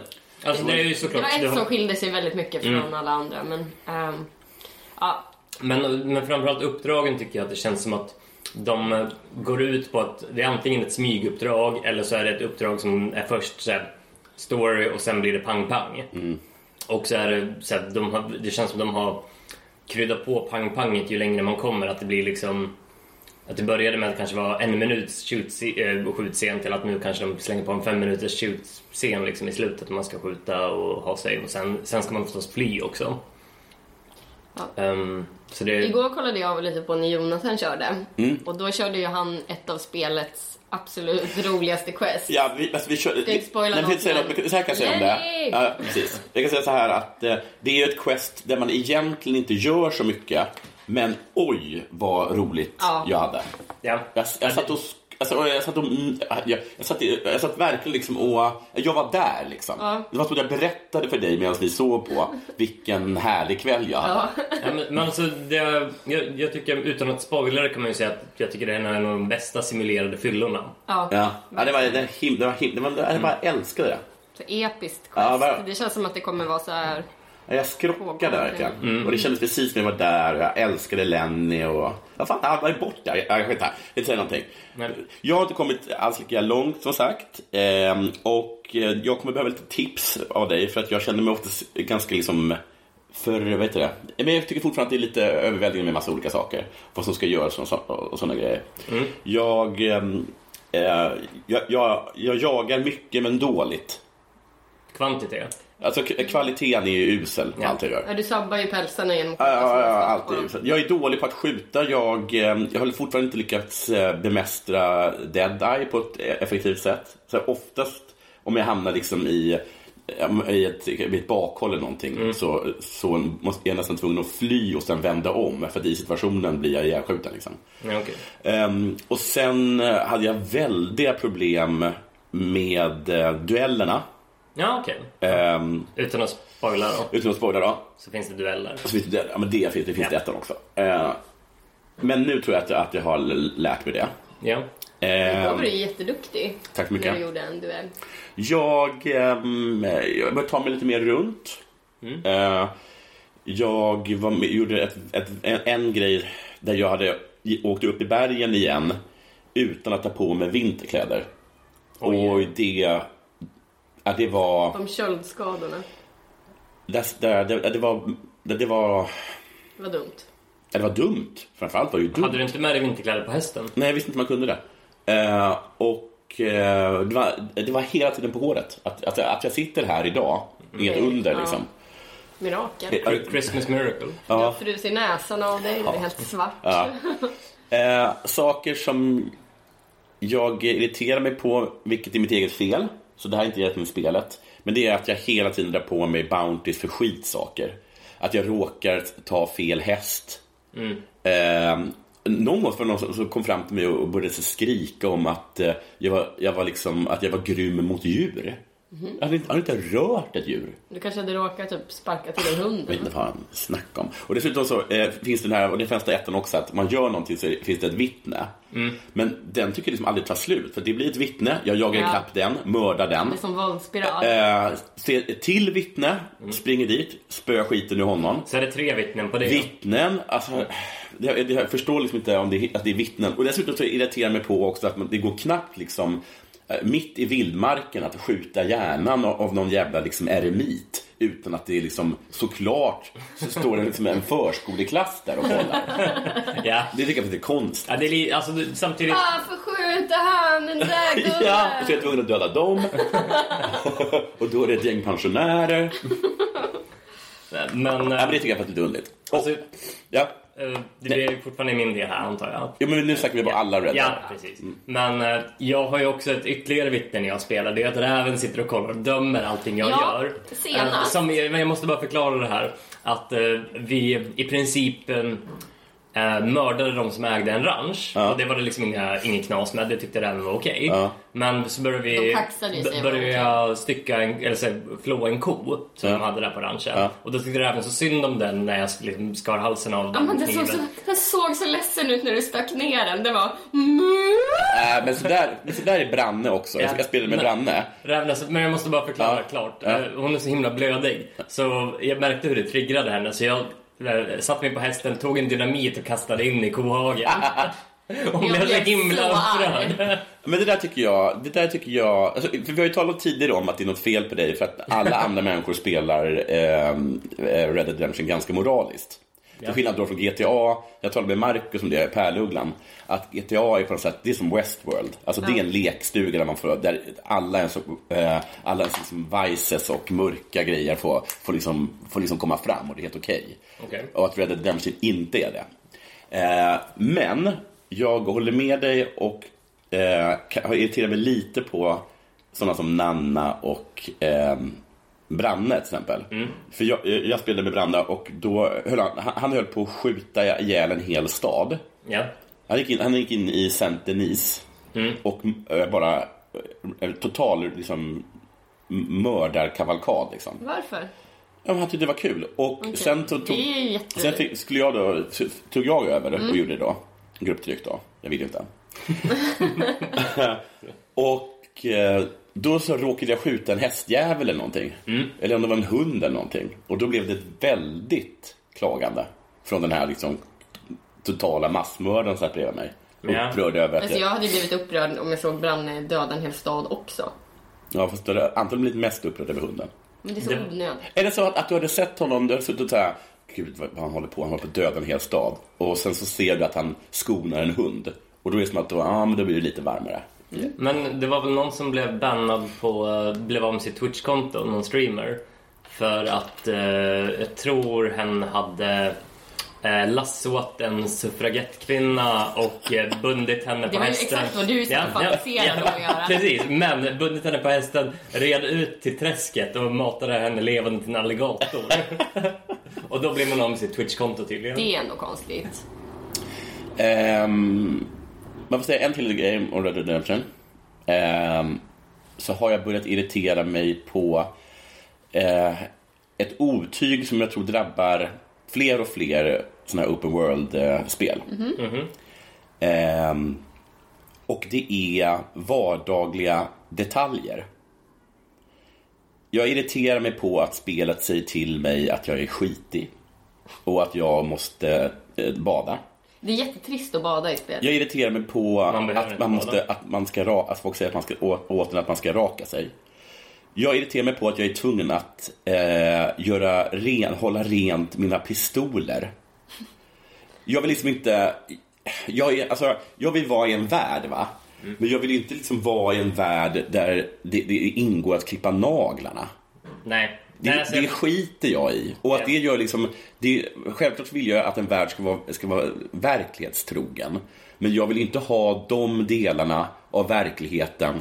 Speaker 3: Alltså det är ju
Speaker 4: Det
Speaker 3: såklart...
Speaker 4: var
Speaker 3: du
Speaker 4: ett
Speaker 3: har-
Speaker 4: som skilde sig väldigt mycket från
Speaker 2: Mm.
Speaker 4: alla andra. Men, ehm, ja,
Speaker 3: Men, men framförallt uppdragen tycker jag att det känns som att de eh, går ut på att det är antingen ett smyguppdrag eller så är det ett uppdrag som är först så här, story och sen blir det pang-pang. Och så är det så här, de har, det känns som att de har kryddat på pang-panget ju längre man kommer. Att det blir liksom... Att det började med att kanske vara en minuts shoot- eh, skjutscen till att nu kanske de slänger på en fem minuters skjutscen liksom i slutet när man ska skjuta och ha sig. Och sen, sen ska man förstås fly också. Ehm, så det...
Speaker 4: Igår kollade jag lite på när Jonathan körde.
Speaker 2: Mm.
Speaker 4: Och då körde ju han ett av spelets absolut roligaste quest.
Speaker 2: Ja, vi, alltså, vi kör...
Speaker 4: Ska jag spoila
Speaker 2: Nej, men
Speaker 4: något,
Speaker 2: säga
Speaker 4: men-
Speaker 2: något, men så här kan jag säga om det.
Speaker 4: Nej!
Speaker 2: Ja, precis. Jag kan säga så här att eh, det är ju ett quest där man egentligen inte gör så mycket. Men oj vad roligt
Speaker 4: Ja.
Speaker 2: jag hade.
Speaker 3: Ja.
Speaker 2: Jag, jag satt och... sk- Alltså, och jag, satt och, mm, jag, jag, satt, i- jag satt verkligen liksom och... Jag var där liksom. Det var som att jag berättade för dig medan vi såg på vilken härlig kväll jag hade.
Speaker 3: Ja, men, men alltså, det, jag, jag tycker, utan att spoila det kan man ju säga att jag tycker det är en av de bästa simulerade fyllorna.
Speaker 4: Ja.
Speaker 2: Ja. Ja, det var, det var, him, det var, him, det var,
Speaker 4: Mm.
Speaker 2: jag bara älskade det.
Speaker 4: Så episkt quest.
Speaker 2: Ja, bara-
Speaker 4: Det känns som att det kommer vara så här.
Speaker 2: Ja, Jag skrockade verkligen. Och det kändes precis som jag var där och jag älskade Lenny och... Jag fattar, han var ju borta. Jag, jag, skit här. jag vill inte säga någonting.
Speaker 3: Nej.
Speaker 2: Jag har inte kommit alls lika långt som sagt. Ehm, och eh, jag kommer behöva lite tips av dig för att jag känner mig oftast ganska liksom... För, vad heter det? Men jag tycker fortfarande att det är lite överväldigande med massa olika saker. Vad som ska göras och, så, och sådana grejer. Jag, ehm, eh, jag, jag, jag jagar mycket men dåligt.
Speaker 3: Kvantitet.
Speaker 2: Alltså k- kvaliteten är ju usel på
Speaker 3: Ja.
Speaker 2: allt jag gör.
Speaker 4: Ja, du sabbar ju pälsarna genom att
Speaker 2: Ja, ja, ja,
Speaker 4: skjuta
Speaker 2: alltid.
Speaker 4: småskott.
Speaker 2: Så Jag är dålig på att skjuta. Jag, eh, jag har fortfarande inte lyckats eh, bemästra Dead Eye på ett eh, effektivt sätt. Så oftast om jag hamnar liksom i ja, i ett, i ett bakhåll eller någonting så, så måste- är jag nästan tvungen att fly och sen vända om. För att i situationen blir jag ihjälskjuten. Liksom.
Speaker 3: Ja, okej.
Speaker 2: Ehm, och sen eh, hade jag väldiga problem med eh, duellerna.
Speaker 3: Ja, okej.
Speaker 2: Ehm,
Speaker 3: Utan att spoila då,
Speaker 2: utan att spoila då.
Speaker 3: så finns det dueller.
Speaker 2: Så finns det, ja, men det, finns- det finns det ettan också. Eh, men nu tror jag att jag, att jag har l- lärt mig det.
Speaker 3: Ja.
Speaker 4: Då
Speaker 2: Ehm,
Speaker 4: var du ju jätteduktig.
Speaker 2: Tack så mycket.
Speaker 4: När du gjorde en duell.
Speaker 2: Jag, ehm, jag började ta mig lite mer runt.
Speaker 3: Mm.
Speaker 2: Eh, jag var med, gjorde ett, ett, en, en grej där jag hade i- åkt upp i bergen igen utan att ta på mig vinterkläder. och det, ja, det var...
Speaker 4: De köldskadorna.
Speaker 2: Det, det, det, det var... Det, det var...
Speaker 4: Det var dumt.
Speaker 2: ja, Det var dumt. Framförallt var det ju dumt.
Speaker 3: Hade du inte med dig vinterkläder på hästen?
Speaker 2: Nej, jag visste inte man kunde det. Eh, och eh, det, var, det var hela tiden på håret. Att, att, att jag sitter här idag är ett under
Speaker 4: Ja.
Speaker 2: liksom.
Speaker 4: Mirakel.
Speaker 2: Eh,
Speaker 3: Christmas miracle.
Speaker 4: Du har frus i näsan av dig, det är helt svart.
Speaker 2: Eh, saker som jag irriterar mig på, vilket är mitt eget fel, så det här är inte hjälpt med spelet, men det är att jag hela tiden drar på mig bounties för skitsaker. Att jag råkar ta fel häst. Eh, någon gång var det någon som som kom fram till mig och började så skrika om att, eh, jag, var, jag, var liksom, att jag var grym mot djur. Jag hade inte, jag hade inte rört ett djur.
Speaker 4: Du kanske hade råkat typ sparka till en
Speaker 2: Jag
Speaker 4: hund.
Speaker 2: vet inte vad han snackar om. Och dessutom så eh, finns det den här, och det finns det i ettan också, att man gör någonting så finns det ett vittne.
Speaker 4: Mm.
Speaker 2: Men den tycker liksom aldrig tar slut. För det blir ett vittne, jag jagar
Speaker 4: Ja.
Speaker 2: ikapp den, mördar den.
Speaker 4: Det är som Mm. våldsspiral.
Speaker 2: Eh, ser ett till vittne, springer dit, spöar skiten ur honom.
Speaker 3: Så är det tre vittnen på det.
Speaker 2: Vittnen, alltså, det, det, jag förstår liksom inte om det, att det är vittnen. Och dessutom så irriterar jag mig på också att man, det går knappt liksom eh, mitt i vildmarken att skjuta hjärnan av, av någon jävla liksom eremit utan att det är liksom såklart så står det liksom en förskoleklass där och kollar.
Speaker 3: ja.
Speaker 2: Det tycker jag faktiskt är konstigt.
Speaker 3: ja det är li- alltså, du- samtidigt...
Speaker 4: Varför skjuter han den Ah, där gubben?
Speaker 2: Ja, och så är jag tvungen att döda dem. och då är det ett gäng pensionärer.
Speaker 3: Men,
Speaker 2: Ja, men det
Speaker 3: eh,
Speaker 2: tycker jag faktiskt är underligt. Och,
Speaker 3: alltså,
Speaker 2: ja.
Speaker 3: eh, det är fortfarande min del här, antar jag.
Speaker 2: Jo, men nu snackar vi bara alla rädda.
Speaker 3: Ja, precis. Men eh, jag har ju också ett ytterligare vittne när jag spelar. Det är att räven sitter och kollar och dömer allting jag
Speaker 4: Ja,
Speaker 3: gör.
Speaker 4: senast.
Speaker 3: Eh, som, jag, men jag måste bara förklara det här. Att eh, vi i princip eh, eh, mördade de som ägde en ranch. Och det var det liksom inga, ingen knas med. Det tyckte räven var okej.
Speaker 2: Ja.
Speaker 3: Men så började
Speaker 4: De
Speaker 3: vi,
Speaker 4: taxade ju sig,
Speaker 3: b- började
Speaker 4: var
Speaker 3: jag stycka en, eller så, här, flå en ko som de hade där på ranchen. Och då tyckte räven så synd om den när jag liksom skar halsen av den
Speaker 4: Men den, såg så, den såg så ledsen ut när du stack ner den. Det var... "Mm."
Speaker 2: Äh, men sådär, men sådär är Branne också. Jag,
Speaker 3: Ja.
Speaker 2: jag spelade med
Speaker 3: Men-
Speaker 2: Branne.
Speaker 3: Räven, alltså, men jag måste bara förklara
Speaker 2: Ja.
Speaker 3: klart.
Speaker 2: Ja.
Speaker 3: Eh, Hon är så himla blödig. Så jag märkte hur det triggrade henne. Så jag eh, satte mig på hästen, tog en dynamit och kastade in i kohagen. Hon
Speaker 4: Jag
Speaker 3: blev så
Speaker 4: blev
Speaker 3: himla
Speaker 4: så arg.
Speaker 3: upprörd.
Speaker 2: Men det där tycker jag, det där tycker jag, alltså, för vi har ju talat tidigare om att det är något fel på dig för att alla andra människor spelar eh, eh, Red Dead Redemption ganska moraliskt. Till skillnad då från GTA, jag talade med Marcus om det, Pärlugglan, att GTA är på något sätt, det är som Westworld. Alltså det är en lekstuga där man får, där alla ens, eh, alla ens liksom vices och mörka grejer får, får, liksom, får liksom komma fram och det är helt okej.
Speaker 3: Okej.
Speaker 2: Och att Red Dead Redemption inte är det. Eh, men jag håller med dig och eh, kan- har irriterat mig lite på sådana som Nanna och ehm, Branne till exempel. För jag, eh, jag jag spelade med Branne och då höll han, han- han höll på att skjuta ihjäl en hel stad.
Speaker 3: Ja.
Speaker 2: Han gick in, han gick in i Saint Denis och eh, bara eh, total liksom, m- mördarkavalkad. Liksom.
Speaker 4: Varför?
Speaker 2: Ja, men han tyckte det var kul. Och sen, så tog,
Speaker 4: Det är ju jätte-
Speaker 2: sen
Speaker 4: Mm.
Speaker 2: fick, skulle jag då, så tog jag över och gjorde det då. Grupptryck då. Jag ville inte. och eh, då så råkade jag skjuta en hästjävel eller någonting. Eller om det var en hund eller någonting. Och då blev det ett väldigt klagande från den här liksom totala massmördaren som satt bredvid mig.
Speaker 3: Ja.
Speaker 2: Upprörd över att
Speaker 4: Alltså
Speaker 2: jag...
Speaker 4: jag hade ju blivit upprörd om jag såg Branne döda en hel stad också.
Speaker 2: Ja, fast då hade jag antagligen blivit mest upprörd över hunden.
Speaker 4: Men det är så
Speaker 3: Det-
Speaker 4: onödigt.
Speaker 2: Är det så att, att du hade sett honom, du hade suttit så här, gud vad vad han håller på, han håller på att döda en hel stad. Och sen så ser du att han skonar en hund. Och då är det som att då, ah, men då blir det lite varmare.
Speaker 3: Men det var väl någon som blev bannad på, eh, blev av med sitt Twitch-konto, någon streamer. För att eh, jag tror hen hade eh, lassoat en suffragettkvinna och eh, bundit henne
Speaker 4: Det
Speaker 3: på
Speaker 4: var ju
Speaker 3: hästen.
Speaker 4: exakt vad du i så fall fantiserade om att göra.
Speaker 3: Precis, men bundit henne på hästen, red ut till träsket och matade henne levande till en alligator. och då blir man av med sitt Twitch-konto tydligen.
Speaker 4: Det är ändå konstigt.
Speaker 2: Ehm, man får säga en till grej om Red Dead Redemption. Ehm, så har jag börjat irritera mig på eh, ett otyg som jag tror drabbar fler och fler sådana här open world-spel. Ehm, och det är vardagliga detaljer. Jag irriterar mig på att spelet säger till mig att jag är skitig och att jag måste eh, bada.
Speaker 4: Det är jättetrist att bada i spel.
Speaker 2: Jag irriterar mig på
Speaker 3: Man behöver
Speaker 2: att,
Speaker 3: inte
Speaker 2: man måste,
Speaker 3: bada.
Speaker 2: att man ska ra- att folk säger att man ska, å- återigen att man ska raka sig. Jag irriterar mig på att jag är tvungen att eh, göra ren, hålla rent mina pistoler. Jag vill liksom inte... Jag, är, alltså, jag vill vara i en värld, va?
Speaker 3: Mm.
Speaker 2: Men jag vill ju inte liksom vara i en värld där det, det ingår att klippa naglarna.
Speaker 3: Nej.
Speaker 2: Det,
Speaker 3: Nej, alltså,
Speaker 2: det skiter jag i. Och att
Speaker 3: Ja.
Speaker 2: det gör liksom, det, självklart vill jag att en värld ska vara, ska vara verklighetstrogen. Men jag vill inte ha de delarna av verkligheten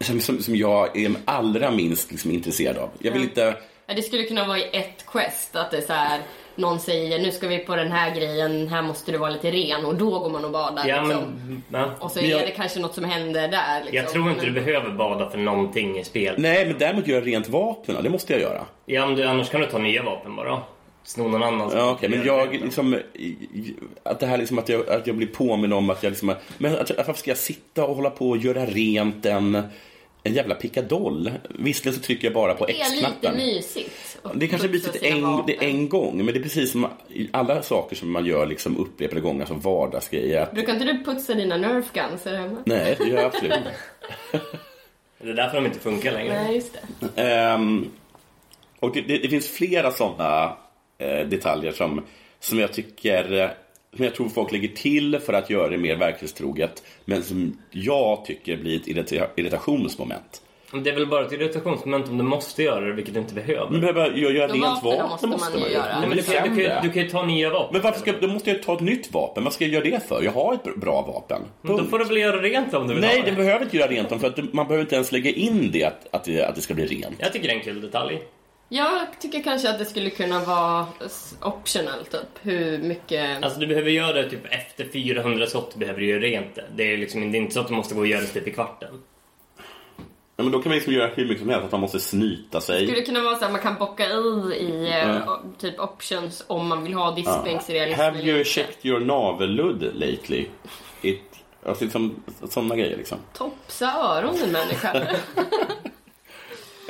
Speaker 2: som, som, som jag är allra minst liksom intresserad av. Jag vill inte...
Speaker 4: Ja, Det skulle kunna vara i ett quest, att det är så här, någon säger nu ska vi på den här grejen, här måste du vara lite ren och då går man och badar.
Speaker 3: ja,
Speaker 4: liksom.
Speaker 3: men, ja.
Speaker 4: Och så
Speaker 3: Men jag,
Speaker 4: är det kanske något som händer där. Liksom.
Speaker 3: jag tror inte du
Speaker 4: Men-
Speaker 3: behöver bada för någonting i spel.
Speaker 2: Nej, men däremot gör jag rent vapnen. Det måste jag göra.
Speaker 3: Ja, men du, annars kan du ta nya vapen bara. Sno någon annans.
Speaker 2: Ja, okej, men jag liksom... Att det här liksom att jag, att jag blir påminn om att jag liksom... Men att, varför ska jag sitta och hålla på och göra rent en, en jävla pickadoll? Visserligen så trycker jag bara på
Speaker 4: Det är lite
Speaker 2: X-knappen.
Speaker 4: mysigt. att
Speaker 2: Det kanske blir
Speaker 4: putsa
Speaker 2: ett
Speaker 4: sina
Speaker 2: en,
Speaker 4: vapen.
Speaker 2: det en gång, men det är precis som i alla saker som man gör liksom upprepade gånger som vardagsgrejer. Att,
Speaker 4: Brukar inte du putsa dina nerf guns här hemma?
Speaker 2: nej, det gör jag absolut inte.
Speaker 3: Det är därför de inte funkar längre.
Speaker 4: Nej, just det.
Speaker 2: Ehm, och det, det, det finns flera sådana eh, detaljer som, som jag tycker eh, som jag tror folk lägger till för att göra det mer verklighetstroget, men som jag tycker blir ett irrita- irritationsmoment.
Speaker 3: Men Det är väl bara ett irritationsmoment om du måste göra det, vilket du inte behöver.
Speaker 2: Men behöver jag göra
Speaker 4: De
Speaker 2: rent
Speaker 4: vapnen
Speaker 2: vapen
Speaker 4: måste man ju
Speaker 2: ju.
Speaker 4: göra.
Speaker 3: Nej, men du, kan, du, kan, ju- du kan ju ta nya vapen.
Speaker 2: Men varför ska, då måste jag ta ett nytt vapen. Vad ska jag göra det för? Jag har ett bra vapen.
Speaker 3: Då får du väl göra rent om du vill
Speaker 2: Nej,
Speaker 3: ha
Speaker 2: det behöver inte göra rent om för att du- man behöver inte ens lägga in det att, att, det, att det ska bli rent.
Speaker 3: Jag tycker det är en kul detalj.
Speaker 4: Jag tycker kanske att det skulle kunna vara s- optional, typ. Hur mycket...
Speaker 3: Alltså du behöver göra det typ efter 400 skott behöver du göra rent det. Det är, liksom, det är inte så att du måste gå och göra det typ i kvarten.
Speaker 2: Ja, men då kan man liksom göra hur mycket som helst, att man måste snyta
Speaker 4: skulle
Speaker 2: sig.
Speaker 4: det kunna vara så att man kan bocka i i eh,
Speaker 2: Mm.
Speaker 4: o- typ options om man vill ha diskbänksrealism
Speaker 2: Have
Speaker 4: eller
Speaker 2: you
Speaker 4: inte.
Speaker 2: checked your navelludd lately? It, alltså som, sådana grejer liksom.
Speaker 4: Topsa öronen människa.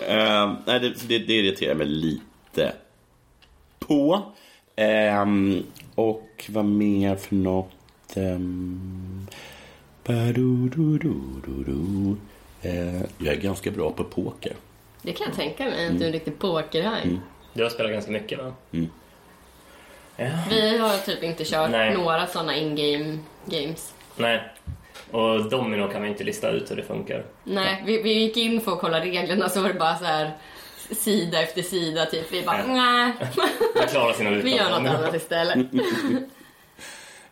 Speaker 2: Ehm, nej, det, så det, det irriterar mig lite på. Ehm, och vad mer för något? Um, Eh, jag är ganska bra på poker.
Speaker 4: det kan jag tänka mig,
Speaker 2: Mm.
Speaker 4: att du är en riktig pokerhaj.
Speaker 3: Du har spelat ganska mycket va?
Speaker 4: Vi har typ inte kört
Speaker 3: Nej.
Speaker 4: några sådana in-game games.
Speaker 3: Nej. Och domino kan vi inte lista ut hur det funkar.
Speaker 4: Nej, vi, vi gick in för att kolla reglerna så var det bara så här sida efter sida typ. Vi bara
Speaker 3: Ja.
Speaker 4: nej,
Speaker 3: Man klarar sina utan
Speaker 4: vi gör något
Speaker 3: domino.
Speaker 4: annat istället.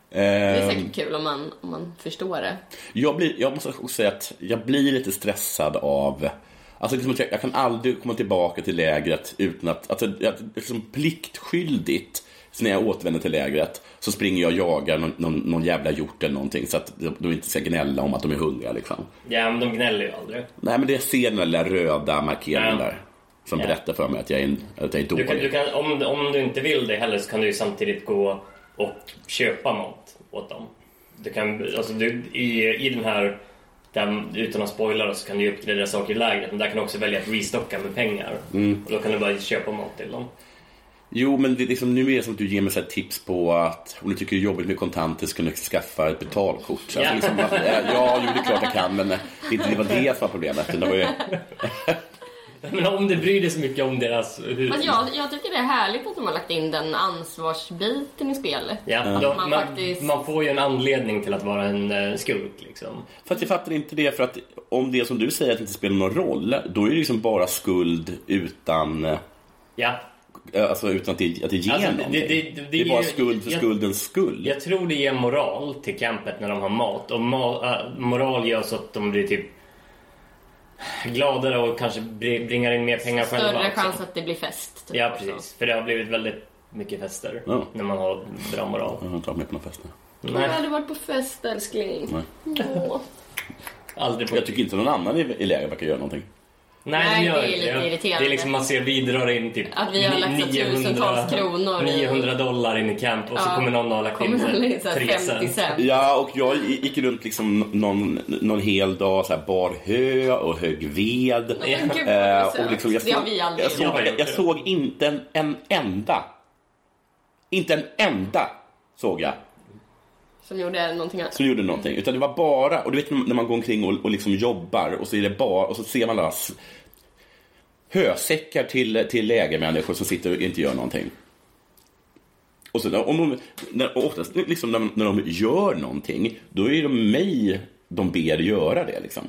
Speaker 4: Det är
Speaker 2: Ehm,
Speaker 4: säkert kul om man, om man förstår det.
Speaker 2: Jag, blir, jag måste också säga att jag blir lite stressad av Alltså liksom att jag, jag kan aldrig komma tillbaka till lägret utan att, alltså, jag, liksom pliktskyldigt, så när jag återvänder till lägret så springer jag och jagar någon, någon, någon jävla hjort eller någonting så att de, de inte ska gnälla om att de är hungriga liksom.
Speaker 3: Ja, men de gnäller ju aldrig.
Speaker 2: Nej men det jag ser den där lilla röda markeringen
Speaker 3: Ja.
Speaker 2: där som
Speaker 3: Ja.
Speaker 2: berättar för mig att jag är, en, att jag är
Speaker 3: Du
Speaker 2: dålig.
Speaker 3: kan, du kan, om, om du inte vill det heller så kan du ju samtidigt gå och köpa mat åt dem. Du kan, alltså du, i, I den här, där, utan att spoilera så kan du ju uppgradera saker i lägret men där kan du också välja att restocka med pengar. Och då kan du bara köpa mat till dem.
Speaker 2: Jo, men det, är liksom, nu är det som att du ger mig så här tips på att om du tycker det är jobbigt med kontanter så kan du skaffa ett betalkort. Så
Speaker 3: Ja.
Speaker 2: alltså, liksom, bara, eh, ja, jo, det är klart jag kan, men det är inte det var det som var problemet. utan Det var ju,
Speaker 3: Men om du bryr dig så mycket om deras eh, hur...
Speaker 4: Fast jag, jag tycker det är härligt att de har lagt in den ansvarsbiten i spelet.
Speaker 3: Ja, då,
Speaker 4: Man
Speaker 3: man,
Speaker 4: faktiskt-
Speaker 3: man får ju en anledning till att vara en eh, skurk liksom.
Speaker 2: för att jag fattar inte det, för att om det är som du säger att det inte spelar någon roll, då är det liksom bara skuld utan...
Speaker 3: Ja,
Speaker 2: eh, alltså, utan att det, att det ger
Speaker 3: Alltså, det-
Speaker 2: någonting.
Speaker 3: det- det- det
Speaker 2: är bara
Speaker 3: ger-
Speaker 2: skuld för
Speaker 3: jag-
Speaker 2: skuldens skull.
Speaker 3: Jag tror det ger moral till campet när de har mat. Och ma- äh, moral gör så att de blir typ gladare och kanske br- bringar in mer pengar själva.
Speaker 4: Större
Speaker 3: också.
Speaker 4: chans att det blir fest. typ.
Speaker 3: Ja, precis. För det har blivit väldigt mycket fester
Speaker 2: Ja.
Speaker 3: när man har bra moral.
Speaker 2: Jag har inte varit med på någon fest nu.
Speaker 4: Jag har
Speaker 3: Nej,
Speaker 4: aldrig varit på fest älskling. Åh.
Speaker 3: aldrig på...
Speaker 2: Jag tycker inte någon annan i, i lägret verkar göra någonting.
Speaker 4: Nej,
Speaker 3: gör
Speaker 4: det är
Speaker 3: inte
Speaker 4: lite irriterande.
Speaker 3: Det är liksom man ser vi drar in typ
Speaker 4: Att vi har
Speaker 3: ni-
Speaker 4: lagt så tusentals kronor i-
Speaker 3: 900 dollar in i camp och så
Speaker 4: Ja.
Speaker 3: kommer någon och har lagt in
Speaker 4: Kommer någon in
Speaker 3: så
Speaker 4: såhär
Speaker 3: här
Speaker 4: 50
Speaker 3: tre cent.
Speaker 4: cent?
Speaker 2: Ja, och jag gick runt liksom någon, någon hel dag så här, bar hö och högg ved.
Speaker 4: Men gud, vad du
Speaker 2: Eh,
Speaker 4: är söt.
Speaker 2: och liksom, jag
Speaker 4: Det har
Speaker 2: såg,
Speaker 4: vi aldrig
Speaker 2: jag
Speaker 4: gjort.
Speaker 2: såg, jag, jag såg inte en, en enda. Inte en enda såg jag
Speaker 4: Som gjorde någonting annat.
Speaker 2: som gjorde någonting. Utan det var bara, och du vet när man går omkring och, och liksom jobbar och så är det bara, och så ser man alla s- hösäckar till, till lägermänniskor som sitter och inte gör någonting. Och, så, om de, när, och oftast liksom, när, när de gör någonting, då är det mig de ber göra det. Liksom.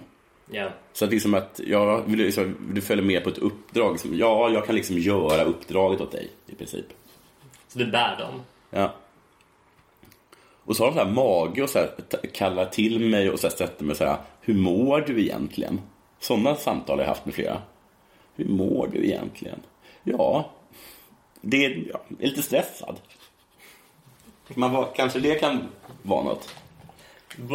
Speaker 3: Ja.
Speaker 2: Så att liksom att, ja, vill du, liksom, vill du följer med på ett uppdrag. Liksom, ja, jag kan liksom göra uppdraget åt dig i princip.
Speaker 3: Så du bär dem.
Speaker 2: Ja. Och så har de så här mage och så här, t- kallar till mig och så här, sätter mig så här, hur mår du egentligen? Sådana samtal har jag haft med flera. Hur mår du egentligen? Ja, det är, ja, jag är lite stressad. Man var, kanske det kan vara något.
Speaker 3: B-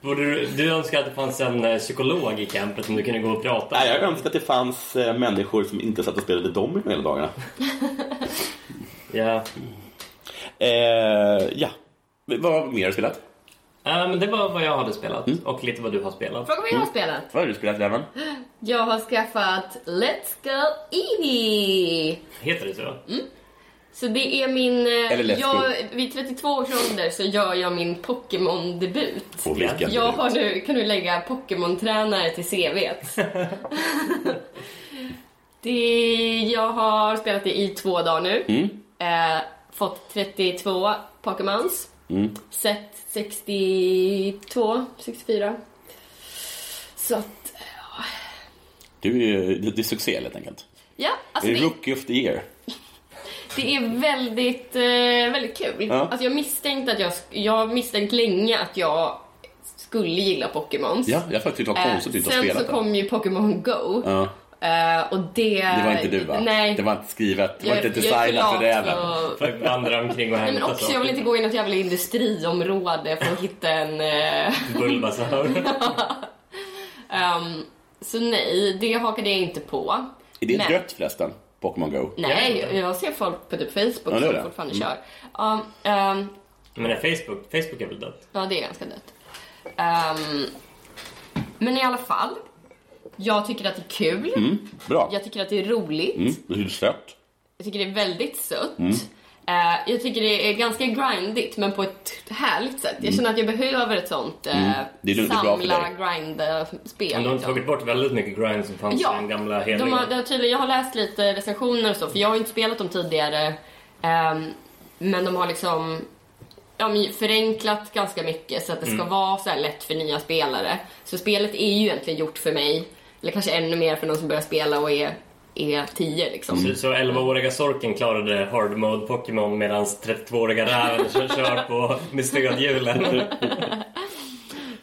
Speaker 3: Borde du, du önskar att det fanns en eh, psykolog i campet som du kunde gå och prata
Speaker 2: Nej, jag önskar att det fanns eh, människor som inte satt och spelade domino hela dagarna.
Speaker 3: Ja.
Speaker 2: Eh, ja, vad har vi mer har du spelat?
Speaker 3: Äh, men det var vad jag hade spelat och lite vad du har spelat.
Speaker 4: Fråga vad jag har spelat.
Speaker 2: Vad har du spelat, Leven?
Speaker 4: Jag har skaffat Let's Go Eevee!
Speaker 3: Heter det så?
Speaker 4: Så det är min... eh,
Speaker 2: Eller Let's
Speaker 4: jag, vid 32 års ålder så gör jag min Pokémon-debut.
Speaker 2: Och vilken
Speaker 4: Jag
Speaker 2: debut.
Speaker 4: har nu, kan nu lägga Pokémon-tränare till CVt. det, jag har spelat det i två dagar nu.
Speaker 2: Mm.
Speaker 4: Eh, fått 32 Pokémons.
Speaker 2: Mm.
Speaker 4: Sett 62, 64. Så att,
Speaker 2: Du är ju, det, det är succé helt enkelt.
Speaker 4: ja. Alltså det,
Speaker 2: Rookie of the year.
Speaker 4: det är väldigt, eh, väldigt kul.
Speaker 2: Ja.
Speaker 4: Alltså jag misstänkte att jag, sk- jag har misstänkt länge att jag skulle gilla Pokémons.
Speaker 2: Ja, jag faktiskt tyckte det var
Speaker 4: Eh,
Speaker 2: konstigt att du inte har
Speaker 4: sen så
Speaker 2: spelat det.
Speaker 4: kom ju Pokémon Go.
Speaker 2: Ja,
Speaker 4: Eh, och det...
Speaker 2: det var inte du va?
Speaker 4: Nej.
Speaker 2: Det var inte skrivet, det var
Speaker 4: Jag-
Speaker 2: inte
Speaker 4: jag är
Speaker 2: designat för
Speaker 4: lat
Speaker 2: det även.
Speaker 4: och-
Speaker 3: För att vandra omkring och
Speaker 4: Nej,
Speaker 3: hämta
Speaker 4: men också, jag vill inte gå i något jävla industriområde för att hitta en... eh,
Speaker 3: Bulbasaur.
Speaker 4: ehm, så nej, det hakade jag inte på.
Speaker 2: Är det
Speaker 4: Men-
Speaker 2: dött förresten? Pokémon Go?
Speaker 4: Nej, jag ser folk på typ Facebook
Speaker 2: Ja, det är det. Mm.
Speaker 4: som fortfarande kör. Ja, ehm,
Speaker 3: Men är Facebook, Facebook är väl dött?
Speaker 4: ja, det är ganska dött. Ehm, men i alla fall, jag tycker att det är kul.
Speaker 2: Bra.
Speaker 4: Jag tycker att det är roligt.
Speaker 2: Mm, hur sött?
Speaker 4: Jag tycker det är väldigt sött. Eh, jag tycker det är ganska grindigt, men på ett härligt sätt. Jag känner att jag behöver ett sånt eh,
Speaker 2: Mm. Det är nog inte bra för
Speaker 4: samla
Speaker 2: dig.
Speaker 4: grind-spel.
Speaker 3: Men de har
Speaker 4: liksom.
Speaker 3: tagit bort väldigt mycket grind som fanns i
Speaker 4: Ja,
Speaker 3: den gamla heliga.
Speaker 4: de har, det har tydligen, jag har läst lite recensioner och så, för jag har ju inte spelat dem tidigare. Ehm, men de har liksom ja, men förenklat ganska mycket så att det ska
Speaker 3: Mm.
Speaker 4: vara så här lätt för nya spelare. Så spelet är ju egentligen gjort för mig, eller kanske ännu mer för någon som börjar spela och är, är 10 liksom.
Speaker 3: Så- Så 11-åriga Sorken klarade hard mode Pokémon medan 32-åriga Räven kör, kör på med stödhjulen.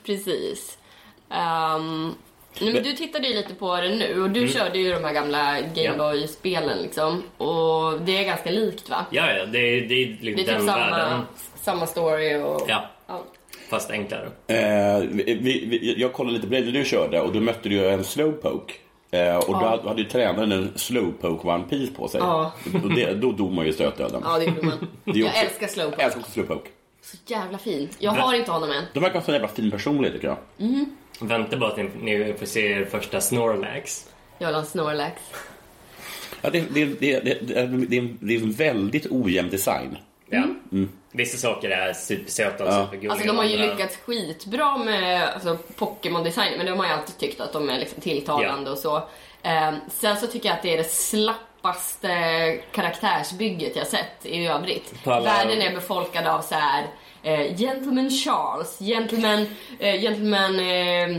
Speaker 4: Precis. Ehm, nej, men du tittade ju lite på det nu och du
Speaker 3: Mm.
Speaker 4: körde ju de här gamla Gameboy-spelen liksom. Och det är ganska likt va?
Speaker 3: Ja, ja, det är, det är
Speaker 4: Det
Speaker 3: liksom
Speaker 4: är typ
Speaker 3: den världen.
Speaker 4: samma, samma story och...
Speaker 3: Ja,
Speaker 4: Ja.
Speaker 3: fast enklare.
Speaker 2: Eh, vi, vi, jag kollade lite på dig när du körde och då mötte du ju en slowpoke. Eh, och då hade- hade ju tränaren en slowpoke-vampir på sig.
Speaker 4: Ja.
Speaker 2: Och det, då dog man ju stötdöden.
Speaker 4: Ja, det gjorde man.
Speaker 2: Det är
Speaker 4: jag
Speaker 2: också-
Speaker 4: älskar
Speaker 2: Jag
Speaker 4: Slowpoke.
Speaker 2: älskar också slowpoke.
Speaker 4: Så jävla fin. Jag har inte honom än.
Speaker 2: De verkar ha en sån jävla fin personlighet tycker jag.
Speaker 3: Vänta bara tills ni, ni får se er första Snorlax.
Speaker 4: Jag vill ha en Snorlax.
Speaker 2: Ja, det, det, det, det, det, är- det, är en- det är en väldigt ojämn design.
Speaker 3: Ja. Vissa saker är supersöta och supergulliga.
Speaker 4: Mm. Alltså de har ju
Speaker 3: andra-
Speaker 4: lyckats skitbra med alltså, Pokémon-design, men de har ju alltid tyckt att de är liksom tilltalande
Speaker 3: Ja.
Speaker 4: och så. Ehm, sen så tycker jag att det är det slappaste karaktärsbygget jag sett i övrigt.
Speaker 3: På alla-
Speaker 4: Världen är befolkad av så här eh, Gentleman Charles, Gentleman, eh, gentleman eh,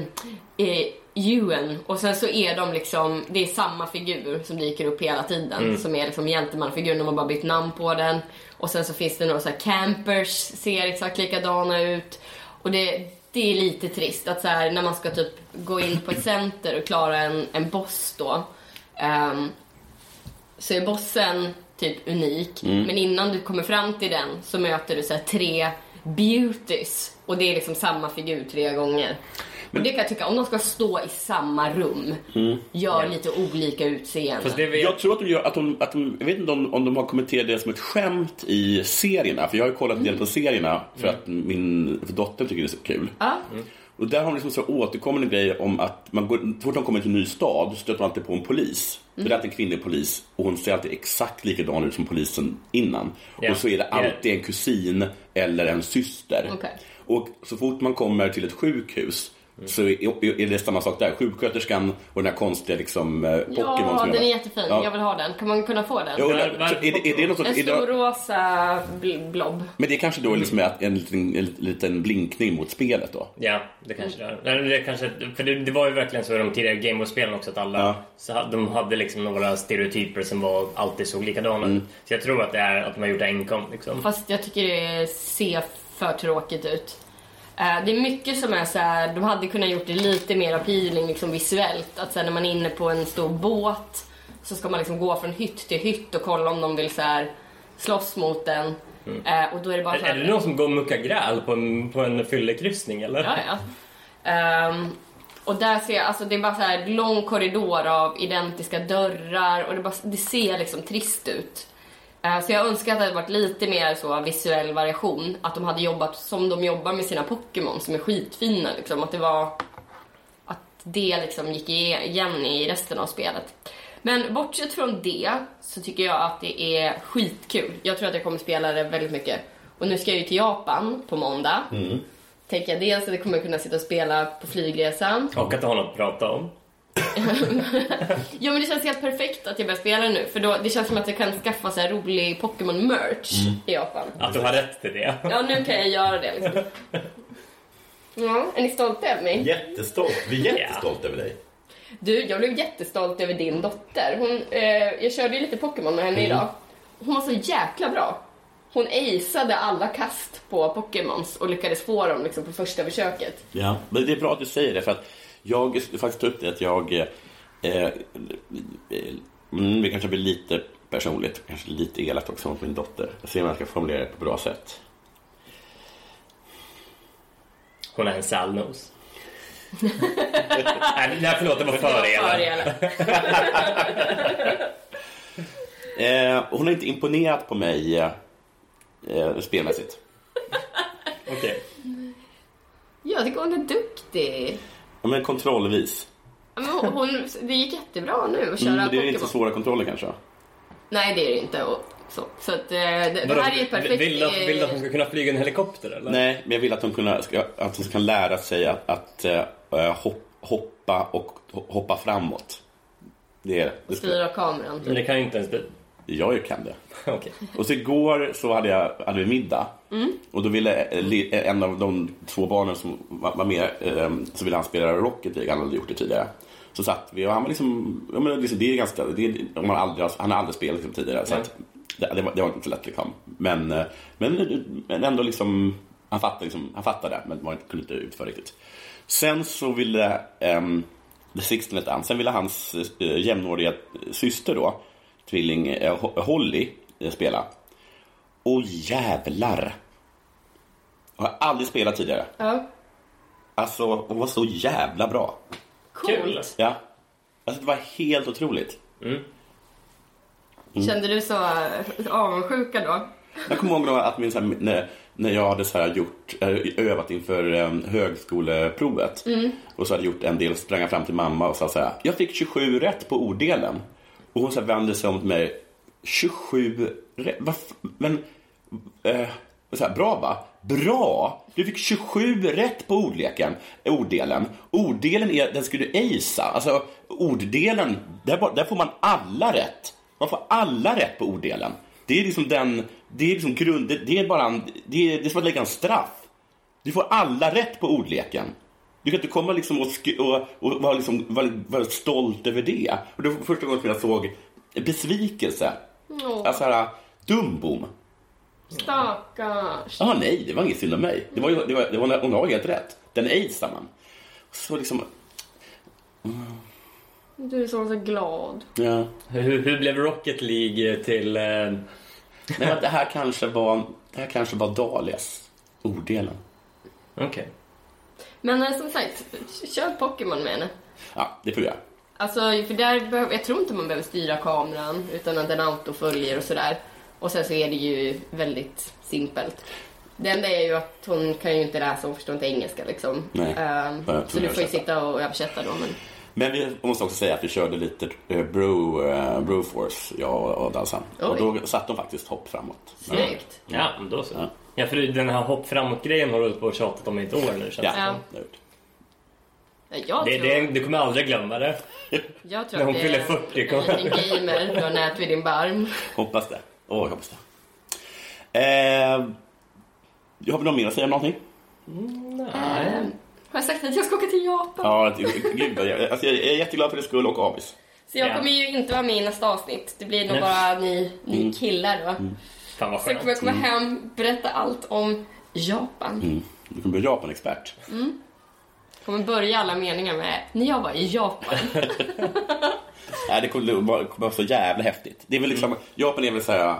Speaker 4: eh, Ewan och sen så är de liksom, det är samma figur som dyker upp hela tiden
Speaker 3: Mm.
Speaker 4: som är liksom Gentleman-figuren, de har bara bytt namn på den. Och sen så finns det några så här campers, ser exakt likadana ut. Och det, det är lite trist att så här, när man ska typ gå in på ett center och klara en, en boss då. ehm, så är bossen typ unik.
Speaker 3: Mm.
Speaker 4: Men innan du kommer fram till den så möter du så här tre beauties. Och det är liksom samma figur tre gånger. Och det kan jag tycka, om de ska stå i samma rum, gör lite olika utseende.
Speaker 3: Mm. Fast det vet...
Speaker 2: Jag tror att de gör, att de, att de, jag vet inte om, om de har kommenterat det som ett skämt i serierna, för jag har ju kollat en
Speaker 3: Mm.
Speaker 2: del på serierna för att min för dotter tycker det är så kul.
Speaker 4: Ja.
Speaker 2: Och där har de liksom så återkommande grejer om att man går, så fort de kommer till en ny stad så stöter man alltid på en polis.
Speaker 3: Mm.
Speaker 2: Det är alltid en kvinnlig polis och hon ser alltid exakt likadan ut som polisen innan.
Speaker 3: Ja.
Speaker 2: Och så är det alltid en kusin eller en syster.
Speaker 4: Okej.
Speaker 2: Och så fort man kommer till ett sjukhus så är, är det samma sak där. Sjuksköterskan och den här konstiga liksom, eh, Pokémon som
Speaker 4: Ja,
Speaker 2: jag-
Speaker 4: den är jättefin. Jag vill ha den. Kan man kunna få den?
Speaker 2: Ja, och
Speaker 3: Var-
Speaker 2: där-
Speaker 3: varför
Speaker 2: så är, det, är det något
Speaker 4: En
Speaker 2: sorts, är
Speaker 4: stor
Speaker 2: det,
Speaker 4: rosa bl- blob.
Speaker 2: Men det kanske då liksom är att en liten, en liten blinkning mot spelet då?
Speaker 3: Ja, det kanske det är. Nej, det kanske, för det, det var ju verkligen så i de tidigare Game Boy-spelen också att alla
Speaker 2: Ja.
Speaker 3: så, ha- de hade liksom några stereotyper som var, alltid såg likadana ut. Så jag tror att det är att de har gjort enkom liksom.
Speaker 4: Fast jag tycker det ser för tråkigt ut. Eh, Det är mycket som är så här, de hade kunnat gjort det lite mer appealing liksom visuellt. Att sen när man är inne på en stor båt så ska man liksom gå från hytt till hytt och kolla om de vill så här slåss mot den. Eh, Och då är det
Speaker 3: Mm.
Speaker 4: bara
Speaker 3: Är,
Speaker 4: så
Speaker 3: är
Speaker 4: här,
Speaker 3: det någon som går och muckar gräl på en, på en fyllekryssning eller?
Speaker 4: Ja, ja. Ehm, och där ser jag, alltså det är bara så här lång korridor av identiska dörrar och det, bara, det ser liksom trist ut. Eh, så jag önskar att det hade varit lite mer så visuell variation. Att de hade jobbat som de jobbar med sina Pokémon som är skitfina liksom. Att det var... Att det liksom gick i- igen i resten av spelet. Men bortsett från det så tycker jag att det är skitkul. Jag tror att jag kommer spela det väldigt mycket. Och nu ska jag ju till Japan på måndag tänker jag dels att jag kommer kunna sitta och spela på flygresan.
Speaker 3: Och att ha något att prata om.
Speaker 4: Jo men det känns helt perfekt att jag börjar spela nu för då, det känns som att jag kan skaffa så här rolig Pokémon-merch
Speaker 3: Mm.
Speaker 4: i Japan.
Speaker 3: Att du har rätt till det.
Speaker 4: Ja, nu kan jag göra det liksom. Ja, är ni stolta över mig?
Speaker 5: Jättestolt. Vi är jättestolta över dig.
Speaker 4: Du, jag blev jättestolt över din dotter. Hon, eh, jag körde ju lite Pokémon med
Speaker 3: Mm.
Speaker 4: henne idag. Hon var så jäkla bra. Hon aceade alla kast på Pokémons och lyckades få dem liksom på första försöket.
Speaker 2: Ja. Men det är bra att du säger det för att jag skulle faktiskt ta upp det att jag... Eh, eh, mm, det kanske blir lite personligt, kanske lite elakt också mot min dotter. Jag ser om jag ska formulera det på ett bra sätt.
Speaker 3: Hon är en salnos. nej, nej, förlåt, det var för
Speaker 4: För
Speaker 3: elakt.
Speaker 4: hela-
Speaker 2: Eh, hon har inte imponerat på mig eh, eh, spelmässigt.
Speaker 3: Okej.
Speaker 4: Jag tycker hon är duktig.
Speaker 2: Ja, men kontrollvis.
Speaker 4: Ja, Men hon, hon, det gick jättebra nu att köra
Speaker 2: Mm, det är inte så
Speaker 4: Pokémon.
Speaker 2: svåra kontroller kanske.
Speaker 4: Nej, det är det inte. Och, så så att, eh, det, det
Speaker 3: Vadå,
Speaker 4: här är ett perfekt...
Speaker 3: Vill du att, vill du att hon
Speaker 4: eh,
Speaker 3: ska kunna flyga en helikopter eller?
Speaker 2: Nej, men jag vill att de, kunna, ska, att de ska lära sig att, att eh, hop, hoppa och hoppa framåt. Det är det. Ska,
Speaker 4: Styra kameran.
Speaker 3: Men det kan ju inte ens du.
Speaker 2: jag ju kan det.
Speaker 3: Okej.
Speaker 2: Och så igår så hade, jag, hade vi middag. Och då ville eh, li- en av de två barnen som var var med, eh, så ville han spela Rocket League, han hade gjort det tidigare. Så satt vi och han var liksom, ja men liksom det är ganska, det är, om man aldrig, har- han har aldrig spelat liksom tidigare. Så att, det, det, var, det var inte så lätt liksom. Men, eh, men, men ändå liksom, han fattade, liksom, han fattade men man kunde inte utföra riktigt. Sen så ville ehm, The Sixten hette han. Sen ville hans eh, jämnåriga syster då, tvilling eh, Ho- Holly, eh, spela. Och jävlar! Jag har aldrig spelat tidigare.
Speaker 4: Ja,
Speaker 2: Alltså, hon var så jävla bra.
Speaker 4: coolt.
Speaker 3: Kul.
Speaker 2: Ja. Alltså, det var helt otroligt.
Speaker 3: Mm.
Speaker 4: Kände du så eh, avundsjuka då?
Speaker 2: Jag kommer ihåg då att min, så här, när, när jag hade så här gjort, eh, övat inför um, högskoleprovet och så hade jag gjort en del och sprang jag fram till mamma och sa så här, jag fick 27 rätt på orddelen. Och hon så här vände sig om till mig, 27 rätt? Va, men, eh, och så här, bra va? Bra! Du fick 27 rätt på ordleken, orddelen. Orddelen är, den skulle du acea. Alltså orddelen, där, var- där får man alla rätt. Man får alla rätt på orddelen. Det är liksom den, det är liksom grund, det, det är bara en, det är, det är som att lägga en straff. Du får alla rätt på ordleken. Du kan inte komma liksom och, sk- och, och vara, liksom, vara, vara stolt över det. Och det var första gången som jag såg besvikelse.
Speaker 4: Åh,
Speaker 2: Alltså, här, dumbom.
Speaker 4: stackars.
Speaker 2: Ah, nej, det var inget synd om mig. Det var, ju- det var, det var när hon har helt rätt. Den aidsar man. Så liksom,
Speaker 4: Du är så, så glad.
Speaker 2: ja.
Speaker 3: Hur, hur blev Rocket League till... Eh,
Speaker 2: Nej, men det här kanske var, det här kanske var Dahlias orddelen.
Speaker 3: Okej.
Speaker 4: Men eh, som sagt, kör Pokémon med henne.
Speaker 2: Ja, det tror jag.
Speaker 4: Alltså, för där behöver, jag tror inte man behöver styra kameran utan att den autoföljer och sådär. Och sen så är det ju väldigt simpelt. Det enda är ju att hon kan ju inte läsa, hon förstår inte engelska liksom.
Speaker 2: Nej.
Speaker 4: Ehm,
Speaker 2: Ja, jag tror
Speaker 4: så
Speaker 2: jag
Speaker 4: du får ju
Speaker 2: översätter.
Speaker 4: sitta och översätta då. Men...
Speaker 2: Men vi måste också säga att vi körde lite eh, bro, eh, Broforce, jag och- och Dalsan. Och
Speaker 4: Oj.
Speaker 2: då satte de faktiskt hopp framåt.
Speaker 4: Snyggt.
Speaker 3: Ja, men då så.
Speaker 2: Ja.
Speaker 3: Ja. för den här hopp framåt-grejen har du hållit på och tjatat om i ett år nu känns
Speaker 2: Ja,
Speaker 4: Ja.
Speaker 2: det har jag gjort.
Speaker 4: Ja, Jag
Speaker 3: det. Det, det.
Speaker 4: tror,
Speaker 3: Du kommer aldrig glömma det.
Speaker 4: jag tror
Speaker 3: När hon
Speaker 4: att
Speaker 3: fyller
Speaker 4: det
Speaker 3: 40
Speaker 4: är en
Speaker 3: kommer...
Speaker 4: liten gamer du har nät vid din barm.
Speaker 2: Hoppas det. Åh, jag hoppas det. Eh, har vi någon mer att säga om någonting?
Speaker 4: Har jag sagt att jag ska åka till Japan?
Speaker 2: Ja, det- gud, vad jag, alltså, jag är jätteglad för din skull och avis.
Speaker 4: Så jag
Speaker 3: Ja.
Speaker 4: kommer ju inte vara med i nästa avsnitt. Det blir nog
Speaker 3: Nej.
Speaker 4: bara ni, ni
Speaker 2: Mm.
Speaker 4: killar då.
Speaker 3: Fan vad
Speaker 4: Sen kommer jag
Speaker 3: skönt.
Speaker 4: komma hem, berätta allt om Japan.
Speaker 2: Mm. Du kommer bli Japan-expert.
Speaker 4: Kommer börja alla meningar med när jag var i Japan.
Speaker 2: Nej, det kommer vara- kommer vara så jävla häftigt. Det är väl liksom, Japan är väl så här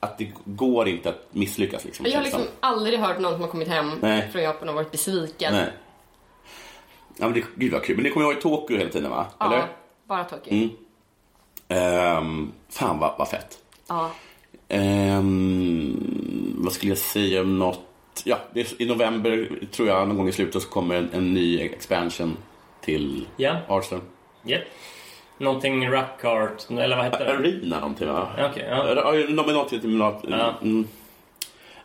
Speaker 2: att det går inte att misslyckas. Liksom,
Speaker 4: Jag har
Speaker 2: känns det
Speaker 4: liksom
Speaker 2: som.
Speaker 4: aldrig hört någon som har kommit hem
Speaker 2: Nej.
Speaker 4: från Japan och varit besviken.
Speaker 2: Nej. Ja, men det, gud vad kul. Men ni kommer ju vara i Tokyo hela tiden, va?
Speaker 4: Ja,
Speaker 2: Eller? Mm.
Speaker 4: bara Tokyo.
Speaker 2: Ehm, fan, vad, vad fett.
Speaker 4: Ja.
Speaker 2: Ehm, vad skulle jag säga om något? Ja, det är, i november, tror jag, någon gång i slutet så kommer en, en ny expansion till
Speaker 3: Ja.
Speaker 2: Arsenal.
Speaker 3: Japp. Någonting Rapcart, eller vad hette det?
Speaker 2: Arena någonting, va?
Speaker 3: Okej, ja.
Speaker 2: Ja, ja, men någonting till något.
Speaker 3: Ja.
Speaker 2: Mm.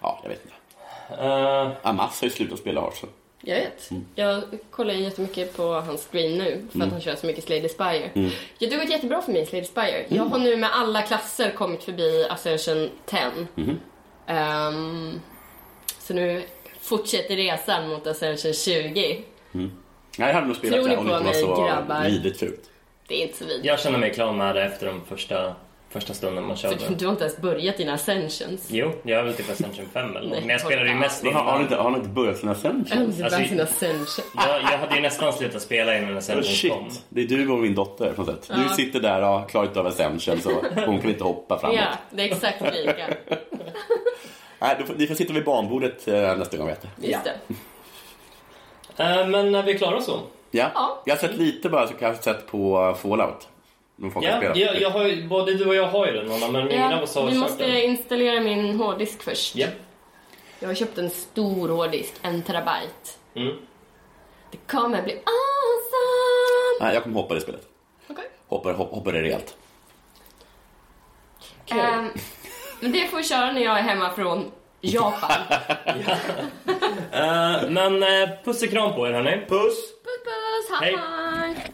Speaker 2: Ja, jag vet inte.
Speaker 3: Eh,
Speaker 2: Amas har ju slutat spela Arsenal.
Speaker 4: Jag vet.
Speaker 2: Mm.
Speaker 4: Jag kollar ju jättemycket på hans screen nu för att han kör så mycket Slade Spire.
Speaker 2: Mm.
Speaker 4: Ja, det har gått jättebra för mig i Slade Spire. Jag har nu med alla klasser kommit förbi Ascension 10.
Speaker 2: Mm-hmm.
Speaker 4: Ehm, så nu fortsätter resan mot Ascension 20.
Speaker 2: Nej, jag hade nog spelat det
Speaker 4: Tror ni
Speaker 2: om det
Speaker 4: på
Speaker 2: inte var
Speaker 4: mig,
Speaker 2: så
Speaker 4: grabbar?
Speaker 2: vidrigt fult.
Speaker 4: Det är inte så vidrigt.
Speaker 3: jag känner mig klar med det efter de första, första stunden man körde.
Speaker 4: Du har inte ens börjat dina Ascensions.
Speaker 3: Jo, jag är väl typ Ascension 5 eller något. Men jag
Speaker 4: håll
Speaker 3: spelade ju mest
Speaker 2: Men Har, har, han
Speaker 3: innan.
Speaker 2: inte, har han inte börjat sina
Speaker 4: Jag
Speaker 2: centrum?
Speaker 4: har
Speaker 3: Alltså,
Speaker 4: bara sina Ascensions.
Speaker 3: Jag, jag hade ju nästan slutat spela innan
Speaker 2: Oh,
Speaker 3: Ascension kom.
Speaker 2: shit, det är du och min dotter på något sätt. Du sitter där och klarar inte av Ascension så hon kan inte hoppa framåt.
Speaker 4: Ja, det är exakt lika.
Speaker 2: Nej, du får, ni får sitta vid barnbordet eh, nästa gång vet jag.
Speaker 4: Just det.
Speaker 3: Eh, men är vi klara så?
Speaker 2: Ja.
Speaker 4: Ja.
Speaker 2: Jag har sett lite bara så jag har sett på eh, Fallout. Men folk har
Speaker 3: Ja,
Speaker 2: spelat.
Speaker 3: jag, jag har ju, både du och jag har ju den Anna, men ingen av oss
Speaker 4: Ja,
Speaker 3: har
Speaker 4: vi
Speaker 3: kört
Speaker 4: måste
Speaker 3: den.
Speaker 4: installera min hårddisk först.
Speaker 3: Ja.
Speaker 4: Jag har köpt en stor hårddisk, en terabyte.
Speaker 3: Mm.
Speaker 4: Det kommer bli awesome!
Speaker 2: Nej, jag kommer hoppa det spelet.
Speaker 4: Okej.
Speaker 2: Hoppar, hopp, hoppar det rejält.
Speaker 4: Ehm, men det får vi köra när jag är hemma från Japan.
Speaker 3: Eh, men eh, puss och kram på er hörni. Puss!
Speaker 4: puss puss,
Speaker 3: Hej.
Speaker 4: hej! hej.